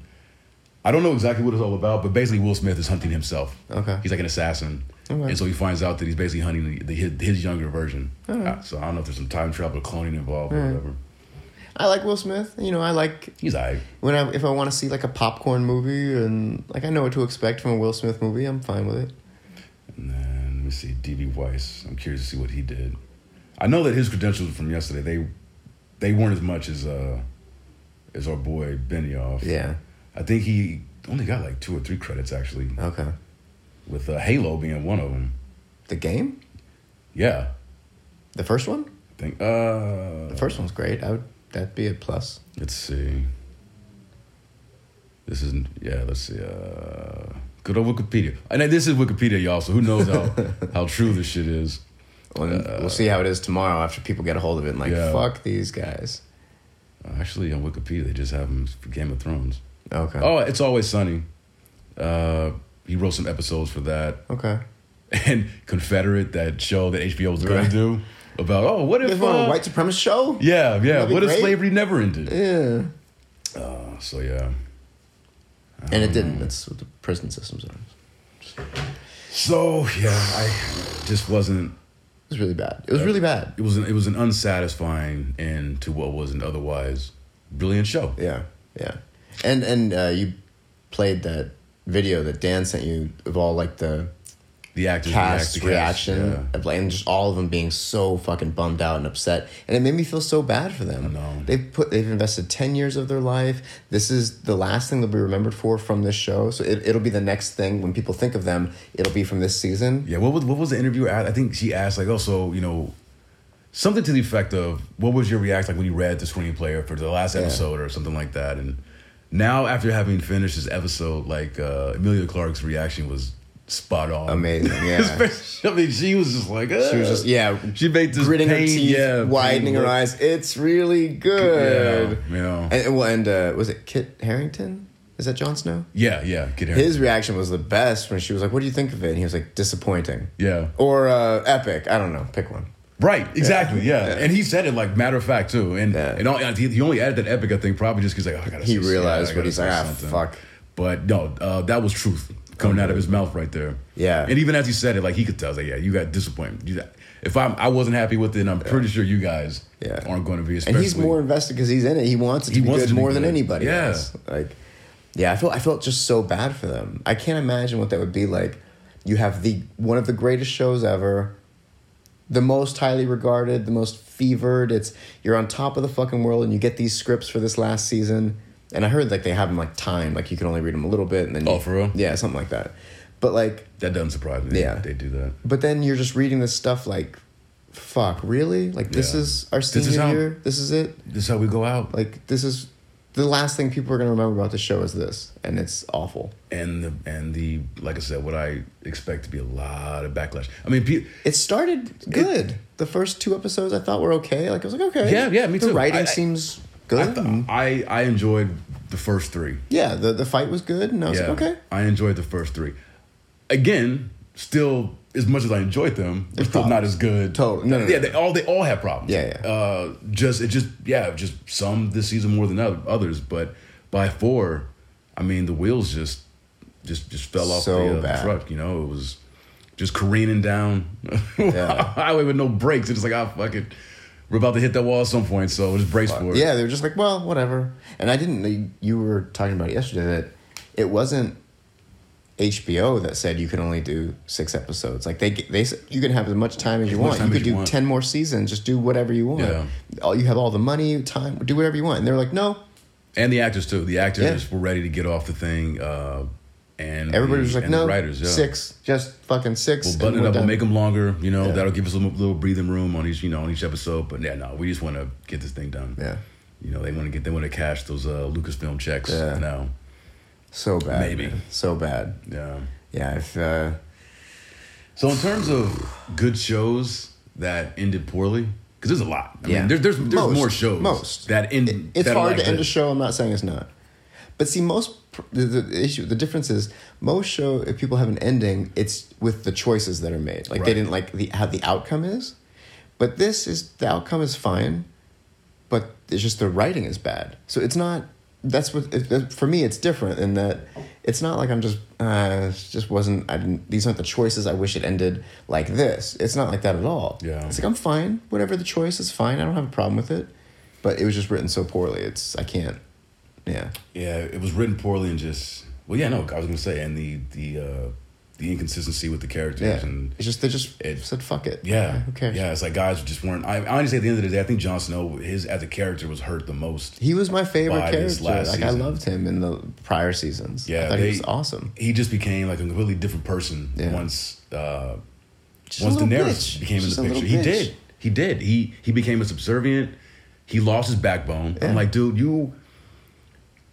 I don't know exactly what it's all about, but basically Will Smith is hunting himself.
Okay.
He's like an assassin.
Okay.
And so he finds out that he's basically hunting the, the, his, his younger version. Uh, So I don't know if there's some time travel or cloning involved or whatever.
I like Will Smith. You know, I like
He's all right.
when I if I want to see like a popcorn movie and like I know what to expect from a Will Smith movie, I'm fine with it.
And then let me see, D.B. Weiss. I'm curious to see what he did. I know that his credentials from yesterday they they weren't as much as uh as our boy Benioff.
Yeah.
I think he only got like two or three credits actually,
Okay.
with uh, Halo being one of them.
The game,
Yeah,
the first one.
I think. Uh,
The first one's great. I would that'd be a plus.
Let's see. This isn't. Yeah, let's see. Uh, good old Wikipedia. And then this is Wikipedia, y'all. So who knows how how true this shit is.
We'll- Uh, we'll see how it is tomorrow after people get a hold of it and like
Yeah.
fuck these guys.
Uh, Actually, on Wikipedia, they just have him for Game of Thrones.
Okay.
Oh, it's always sunny. Uh, he wrote some episodes for that, <laughs>
Okay.
and Confederate, that show that HBO was going
Right.
to do about oh, what
This
if
one
uh,
a white supremacist show?
yeah, yeah,
That'd be
what if
great.
slavery never ended?
Yeah.
Uh, so yeah,
And it didn't. That's what the prison systems are. It
so yeah, I just wasn't.
was really bad. It was really bad.
It was an, it was an unsatisfying end to what was an otherwise brilliant show.
Yeah. Yeah. And and uh, you played that video that Dan sent you of all like the
The actors
cast
react- the cast,
reaction
yeah.
of, like, and just all of them being so fucking bummed out and upset and it made me feel so bad for them
I know.
they've put they've invested 10 years of their life this is the last thing they'll be remembered for from this show so it, it'll be the next thing when people think of them it'll be from this
<laughs>
season
Yeah, what was what was the interview? I I think she asked like, oh, so you know, something to the effect of, what was your reaction like when you read the screenplay for the last episode or something like that? And now after having finished this episode, like uh, Amelia Clark's reaction was spot on. <laughs>
amazing yeah
I mean, she was just like,
she was just
yeah. <laughs>
yeah
She made this
gritting her
pain-
teeth
yeah,
widening
pain
her
look.
eyes it's really good
Yeah, yeah.
and, well, and uh, was it kit harrington is that Jon Snow?
yeah, yeah, Kid Harington.
His reaction was the best when she was like, "What do you think of it?" And he was like, "Disappointing."
yeah,
or uh, epic. I don't know. Pick one.
right, exactly, yeah.
Yeah.
And he said it like matter of fact too, and
Yeah.
and all, he, he only added that epic, I think, probably just because like oh, I gotta
He
say-
realized
yeah,
what
I gotta
he's
say
like. Ah,
something."
fuck.
But no, uh, that was truth coming out of his mouth right there.
Yeah.
And even as he said it, like he could tell, I was like, yeah, you got disappointment. You got, if I'm, I wasn't happy with it, and I'm pretty sure you guys
Yeah.
aren't going to be.
And
Especially,
he's more invested because he's in it. He wants it to
He
be
wants
good
it to be
more than
good.
anybody
Yeah.
else. Like, yeah, I felt I felt just so bad for them. I can't imagine what that would be like. You have the one of the greatest shows ever, the most highly regarded, the most fevered. It's you're on top of the fucking world, and you get these scripts for this last season. And I heard like they have them like timed, like you can only read them a little bit, and then
Oh,
you-
for real?
yeah, something like that. But like
That doesn't surprise me.
Yeah.
They do that.
But then you're just reading this stuff like, fuck, really? Like this
Yeah.
is our
This is
senior
how-
year. This is it.
This is how we go out.
Like this is the last thing people are gonna remember about the show is this, and it's awful.
And the and the like I said, what I expect to be a lot of backlash. I mean, pe-
It started good. the first two episodes I thought were okay. Like I was like, okay,
Yeah, yeah, me
the
too.
writing
I- I-
seems
I,
good. Mm-hmm.
th- I I enjoyed the first three.
yeah, the, the fight was good, and I was like, okay.
I enjoyed the first three. Again, still as much as I enjoyed them, they're still not as good.
Totally. No, no, no.
yeah, they all they all have problems.
Yeah, yeah.
Uh, just it just yeah, just some this season more than other, others, but by four, I mean the wheels just just just fell off
So
the, uh,
bad.
truck. You know, it was just careening down <laughs>
Yeah.
highway with no brakes. It's like I fucking we're about to hit that wall at some point, so just brace for it.
Yeah, they were just like, well, whatever. And I didn't. know You were talking about it yesterday that it wasn't HBO that said you could only do six episodes. Like they they said you can have as much time as you
much
want. You
time
could
as you
do
want.
ten more seasons. Just do whatever you want.
Yeah.
All you have all the money, time, do whatever you want. And they were like, no.
and the actors too. The actors
Yeah.
were ready to get off the thing, uh, and
Everybody
the-
was like,
and the
no.
writers, yeah.
Six, just fucking 6
We'll
and
button it
we're
up. We'll
done.
make them longer. You know, that'll give us a little, little breathing room on each, you know, on each episode. But yeah, no, we just want to get this thing done.
Yeah.
You know, they want to get, they want to cash those uh, Lucasfilm checks
Yeah.
now.
so bad.
Maybe.
man. so bad.
Yeah.
Yeah. If uh,
So in terms of good shows that ended poorly, because there's a lot. I
Yeah.
mean, there, there's there's
Most-
more shows
most.
that end.
It- it's
that are
hard
Mm, like
to end
this.
a show. I'm not saying it's not, but see, most pr- the, the issue, the difference is most show if people have an ending, it's with the choices that are made. Like they
Right.
didn't like the how the outcome is, but this is the outcome is fine, but it's just the writing is bad. So it's not. That's what it, it- for me. It's different in that it's not like I'm just uh, it just wasn't. I didn't. These aren't the choices I wish it ended like this. It's not like that at all.
Yeah.
It's like I'm fine. Whatever the choice is fine. I don't have a problem with it. But it was just written so poorly. It's I can't. Yeah.
Yeah, it was written poorly and just well, yeah, no, I was gonna say, and the the uh, the inconsistency with the characters
Yeah.
and
It's just they just
it-
said fuck it.
yeah,
Who cares?
yeah, it's like guys just weren't. I honestly, at the end of the day, I think Jon Snow his as a character was hurt the most.
He was my favorite
By
character.
this last
like
season.
I loved him in the prior seasons. I
Yeah,
thought
they-
he was awesome.
He just became like a completely different person
Yeah.
once uh,
Just a
once
little
Daenerys
bitch.
became
Just a
in the
little
picture. He
bitch.
did, he did. He he became a subservient. He lost his backbone.
Yeah.
I'm like, dude, you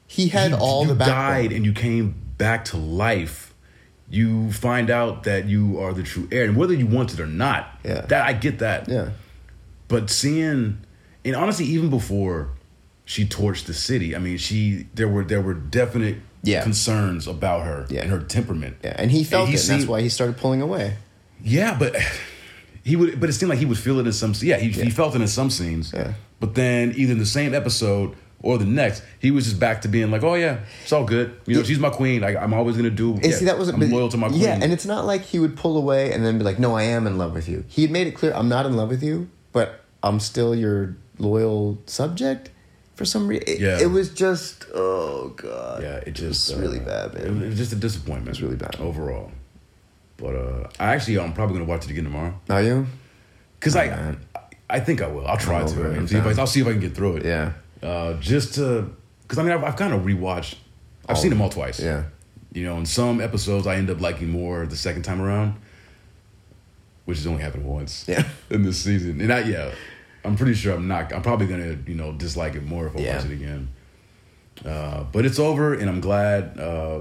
He had
you-
all
you
the backbone.
died and you came back to life. You find out that you are the true heir, and whether you want it or not,
Yeah.
that I get that.
Yeah.
But seeing, and honestly, even before she torched the city, I mean, she there were there were definite
Yeah.
concerns about her
Yeah.
and her temperament.
Yeah, and he felt
he
it. and
seemed-
that's why he started pulling away.
Yeah, but he would. But it seemed like he would feel it in some. Yeah, he, he felt it in some scenes.
Yeah.
But then either in the same episode or the next, he was just back to being like, "Oh yeah, it's all good. You know, she's my queen. Like I'm always gonna do.
And
yeah,
see, that wasn't.
I'm
but-
loyal to my queen.
Yeah, and it's not like he would pull away and then be like, "No, I am in love with you." He had made it clear, "I'm not in love with you, but I'm still your loyal subject." For some reason,
Yeah.
it was just, oh god,
yeah, it
it
just
was
uh,
really bad,
It was,
man.
it was just a disappointment. It's
really bad.
overall. But uh, I actually, I'm probably gonna watch it again tomorrow
Are you?
because I,
Alright.
I think I will. I'll try
Oh, I'm
to.
over it.
I mean,
I'm
see if I,
done.
I'll see if I can get through it.
Yeah,
Uh, just to, because I mean, I've, I've kind of rewatched.
All
I've seen
of
them all twice.
yeah.
You know, in some episodes, I end up liking more the second time around, which has only happened once.
Yeah.
<laughs> In this season, and I yeah, I'm pretty sure I'm not. I'm probably gonna you know dislike it more if I
Yeah.
watch it again. Uh, but it's over, and I'm glad. Uh,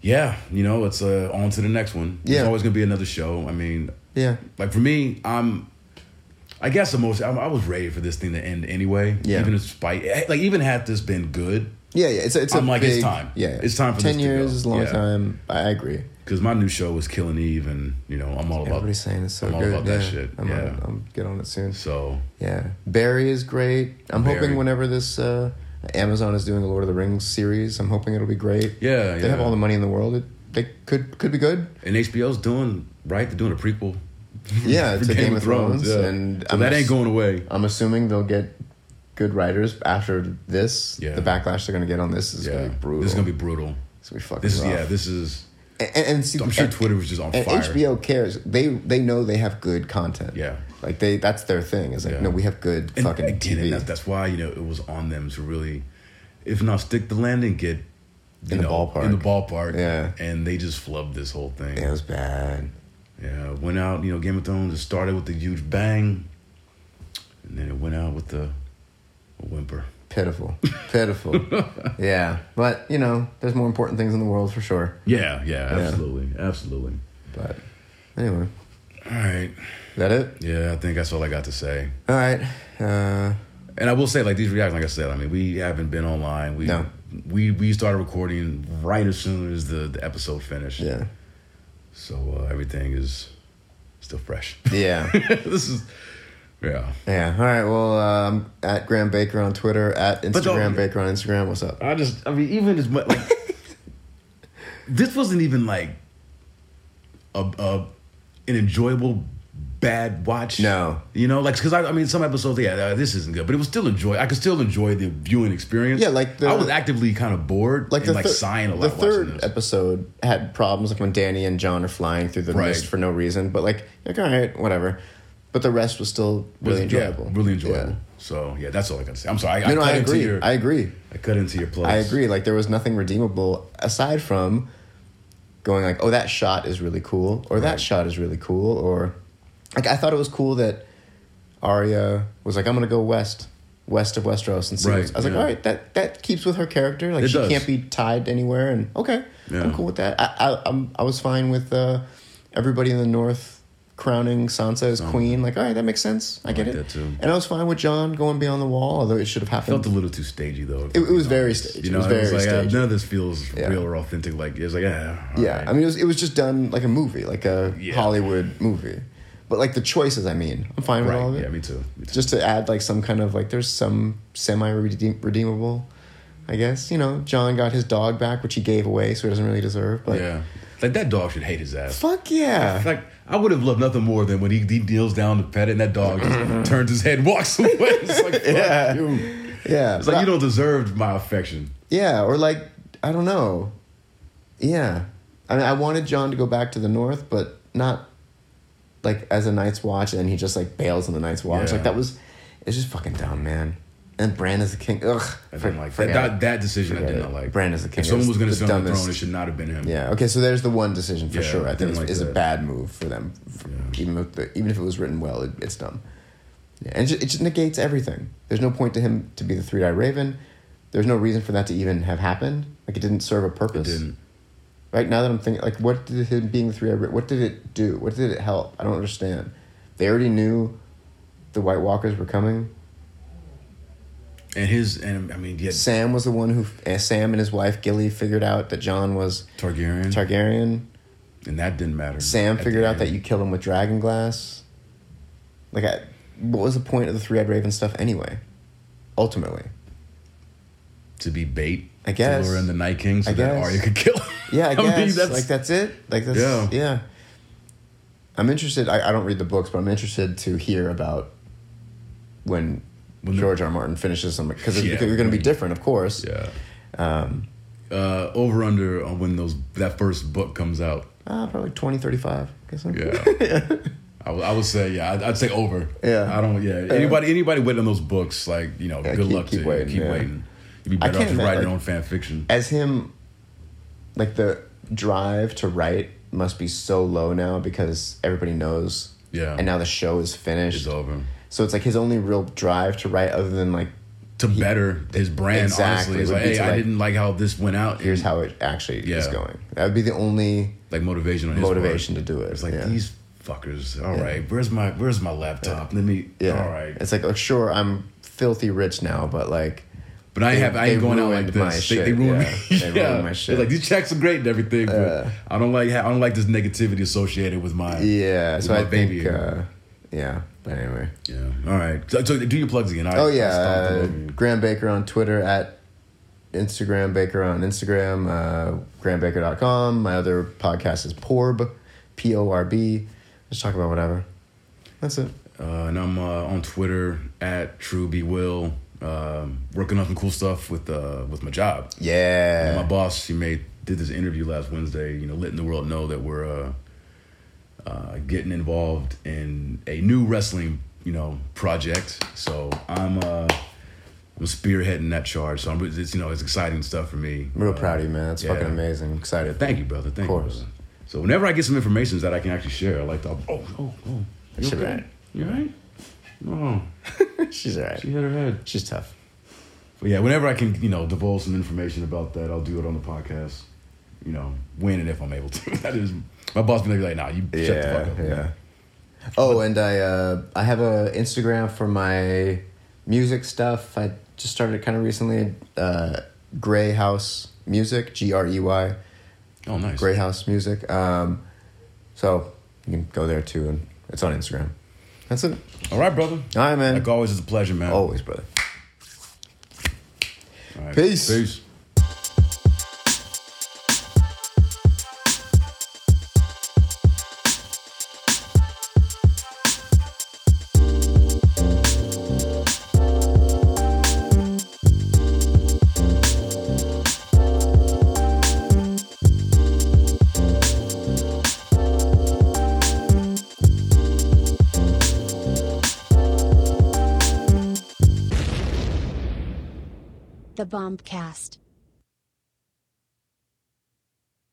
yeah, you know, it's uh, on to the next one. There's
Yeah.
always gonna be another show. I mean,
Yeah,
like for me, I'm. I guess the most I'm, I was ready for this thing to end anyway.
Yeah.
Even despite like even had this been good,
yeah, yeah. It's a, it's a
I'm like, it's
big-
time.
Yeah,
It's time for
ten
this to
years
go.
is a long
Yeah.
time. I agree.
because my new show was Killing Eve, and you know I'm all about
Everybody's saying it's so
I'm all
good.
about
yeah.
that shit.
I'm,
yeah.
on, I'm get on it soon.
so
Yeah, Barry is great. I'm
Barry.
hoping whenever this uh, Amazon is doing the Lord of the Rings series, I'm hoping it'll be great.
yeah,
they
yeah.
have all the money in the world. It, they could could be good.
and HBO's doing right. They're doing a prequel.
<laughs> Yeah,
for
to Game of Thrones, and
So
I'm
that
ass-
ain't going away.
I'm assuming they'll get good writers after this.
Yeah.
The backlash they're going to get on this is
yeah,
going to be brutal.
This is gonna be brutal.
It's gonna be fucking
This is yeah.
rough.
This is.
And, and, and see,
I'm sure
and-
Twitter was just on
and
fire.
HBO cares. They they know they have good content.
Yeah.
like they that's their thing. Is like
Yeah.
no, we have good
and
fucking
again,
TV.
and that's, that's why you know it was on them to really, if not stick the landing, get you
In the
know,
ballpark.
in the ballpark.
Yeah.
and they just flubbed this whole thing.
yeah, it was bad.
Yeah, it went out, you know, Game of Thrones, it started with the huge bang, and then it went out with the a whimper.
Pitiful.
<laughs>
Pitiful. yeah. But, you know, there's more important things in the world for sure.
Yeah, yeah, absolutely, absolutely.
But anyway,
All right.
that it?
Yeah, I think that's all I got to say.
All right. Uh,
And I will say, like these reactions, like I said, I mean, we haven't been online. We
No.
we we started recording right as soon as the, the episode finished.
Yeah.
So uh, everything is still fresh. <laughs>
Yeah.
this is yeah.
Yeah. All right. Well, um, at Graham Baker on Twitter, at
don't-
Instagram Baker on Instagram. What's up?
I just, I mean, even as much like
<laughs>
this wasn't even like a, a an enjoyable bad watch.
No.
you know, like because I, I mean, some episodes, yeah, uh, this isn't good, but it was still enjoy. I could still enjoy the viewing experience.
Yeah, like the-
I was actively kind of bored, like and, like
thir-
sighing a lot.
the
watching
third
this.
episode had problems, like when Danny and John are flying through the
Right.
mist for no reason. But like, like all right, whatever. But the rest was still really
Was- yeah,
enjoyable.
really enjoyable.
Yeah.
So yeah, that's all I can say. I'm sorry. I,
No, no,
I,
I
cut
agree.
Into your,
I
I,
agree.
cut into your place.
I agree. Like there was nothing redeemable aside from going like, oh, that shot is really cool, or that shot is really cool, or like I thought it was cool that Arya was like, I'm gonna go west, west of Westeros, and see. what's-"
Right,
I was like,
yeah.
all right, that that keeps with her character. Like
It
she
does.
can't be tied anywhere, and okay,
Yeah.
I'm cool with that. I, I I'm I was fine with uh, everybody in the north crowning Sansa as queen. Like, all right, that makes sense. I get
like
it.
that too.
And I was fine with John going beyond the wall, although it should have happened.
felt a little too stagey though.
It-
if I'm
it
being
was very
honest.
staged.
You
It
know,
was
it was
very
like uh,
staged.
none of this feels
Yeah.
real or authentic. Like it's like yeah, all
Yeah,
right.
I mean, it was it was just done like a movie, like a
Yeah.
Hollywood movie. But like the choices, I mean, I'm fine with all of
right.
it.
Yeah, me too. Me too.
just to add like some kind of like there's some semi redeem- redeemable, I guess. You know, John got his dog back, which he gave away, so he doesn't really deserve. But
yeah, like that dog should hate his ass.
fuck
<laughs>
yeah,
Like I would have loved nothing more than when he, he kneels down to pet it and that dog
<laughs>
just turns his head, and walks away. It's like fuck
Yeah.
you.
yeah.
It's like you
But-
don't deserve my affection.
Yeah, or like I don't know. Yeah, I mean, I wanted John to go back to the north, but not like as a Night's Watch, and then he just like bails on the Night's Watch.
Yeah.
Like that was, it's just fucking dumb, man. And Bran is the king. Ugh,
I didn't like that.
forget
That,
it.
that decision. I
Forget
did
it.
not like.
Bran is the king.
If someone
It's
was going to
the
sit on the
dumbest-
throne, it should not have been him.
Yeah. Okay. So there's the one decision for
Yeah,
sure. I
didn't
think it's,
like
is a
that.
bad move for them. For-
Yeah.
Even if the, even if it was written well, it, it's dumb. Yeah, and it just, it just negates everything. There's no point to him to be the three eyed raven. There's no reason for that to even have happened. Like it didn't serve a
It
purpose.
didn't.
Right now that I'm thinking, like, what did him being the three eyed raven? What did it do? What did it help? I don't understand. They already knew the White Walkers were coming.
And his and I mean, yeah,
Sam was the one who eh, Sam and his wife Gilly figured out that John was
Targaryen,
Targaryen.
and that didn't matter.
Sam
at the
figured out
end.
that you kill him with dragon glass. Like, I, what was the point of the three eyed raven stuff anyway? Ultimately,
to be bait.
I guess.
To lure in the Night King so
I
that
guess.
Arya could kill him.
yeah, I,
<laughs>
guess
mean, that's,
like that's it. Like that's
Yeah.
yeah. I'm interested. I, I don't read the books, but I'm interested to hear about when,
When the-
George R. R. Martin finishes something because
Yeah,
you're going to
when-
be different, of course.
Yeah.
Um,
uh, over under on when those that first book comes out.
Uh, probably 20, 35. I guess I'm- <laughs>
Yeah. I would, I would say yeah. I'd, I'd say over.
Yeah.
I don't. Yeah. Anybody anybody waiting on those books, like you know,
Yeah,
good
keep-
luck
keep
to
waiting,
you. Keep
yeah.
waiting. You'd be
I
better off
can't
just
ima-
writing your
like-
own fan fiction.
as him like the drive to write must be so low now because everybody knows
Yeah.
and now the show is finished
It's over.
so it's like his only real drive to write other than like
To better his brand,
Exactly,
honestly, it's
would
like,
be
hey,
to,
I
like,
didn't like how this went out.
here's
and,
how it actually is
Yeah.
going that would be the only
like motivation on his part.
motivation to do it
It's like
yeah.
these fuckers. All right, where's my where's my laptop? Let me.
yeah
All right.
it's like oh, sure i'm filthy rich now but like
But I
They-
have I ain't
they
going out like
ruined my
this. They,
shit,
they ruined
yeah.
me.
They ruined my
They're
shit.
Like these checks are great and everything, but I don't like ha- I don't like this negativity associated with my
yeah so
my
i
baby.
think uh, yeah but anyway
Yeah. All right. So, so do your plugs again. I,
Oh
I
yeah,
stomped all
uh,
over you.
Graham Baker on Twitter at Instagram Baker on Instagram, uh, GrahamBaker.com. My other podcast is Porb, P O R B. Just talk about whatever. That's it.
Uh, and I'm uh, on Twitter at True Be Will. Um, working on some cool stuff with uh, with my job. My
Yeah.
boss, he made did this interview last Wednesday. You know, letting the world know that we're uh, uh, getting involved in a new wrestling, you know, project. So I'm uh, I'm spearheading that charge. So I'm it's, you know it's exciting stuff for me.
I'm real
Uh,
proud of you, man. That's
yeah.
fucking amazing. I'm
Yeah,
excited.
thank you, brother.
Of
Thank
course.
you. brother. So whenever I get some information that I can actually share, I like to. Oh, oh, oh. You
She's
okay?
alright.
You alright? No,
<laughs> She's alright.
she hit her head.
She's tough.
But yeah, whenever I can, you know, divulge some information about that, I'll do it on the podcast. You know, when and if I'm able to. <laughs> that is my boss be like, "Nah, you shut the fuck
Yeah.
up."
Yeah. Oh, and I uh, I have a Instagram for my music stuff. I just started kind of recently. Uh, Gray House Music, G R E Y,
Oh, nice.
Gray House Music. Um, so you can go there too, and it's on Instagram. That's it.
All right, brother.
All right, man.
Like always, it's a pleasure, man.
Always, brother.
All right.
Peace.
Peace.
The Bombcast.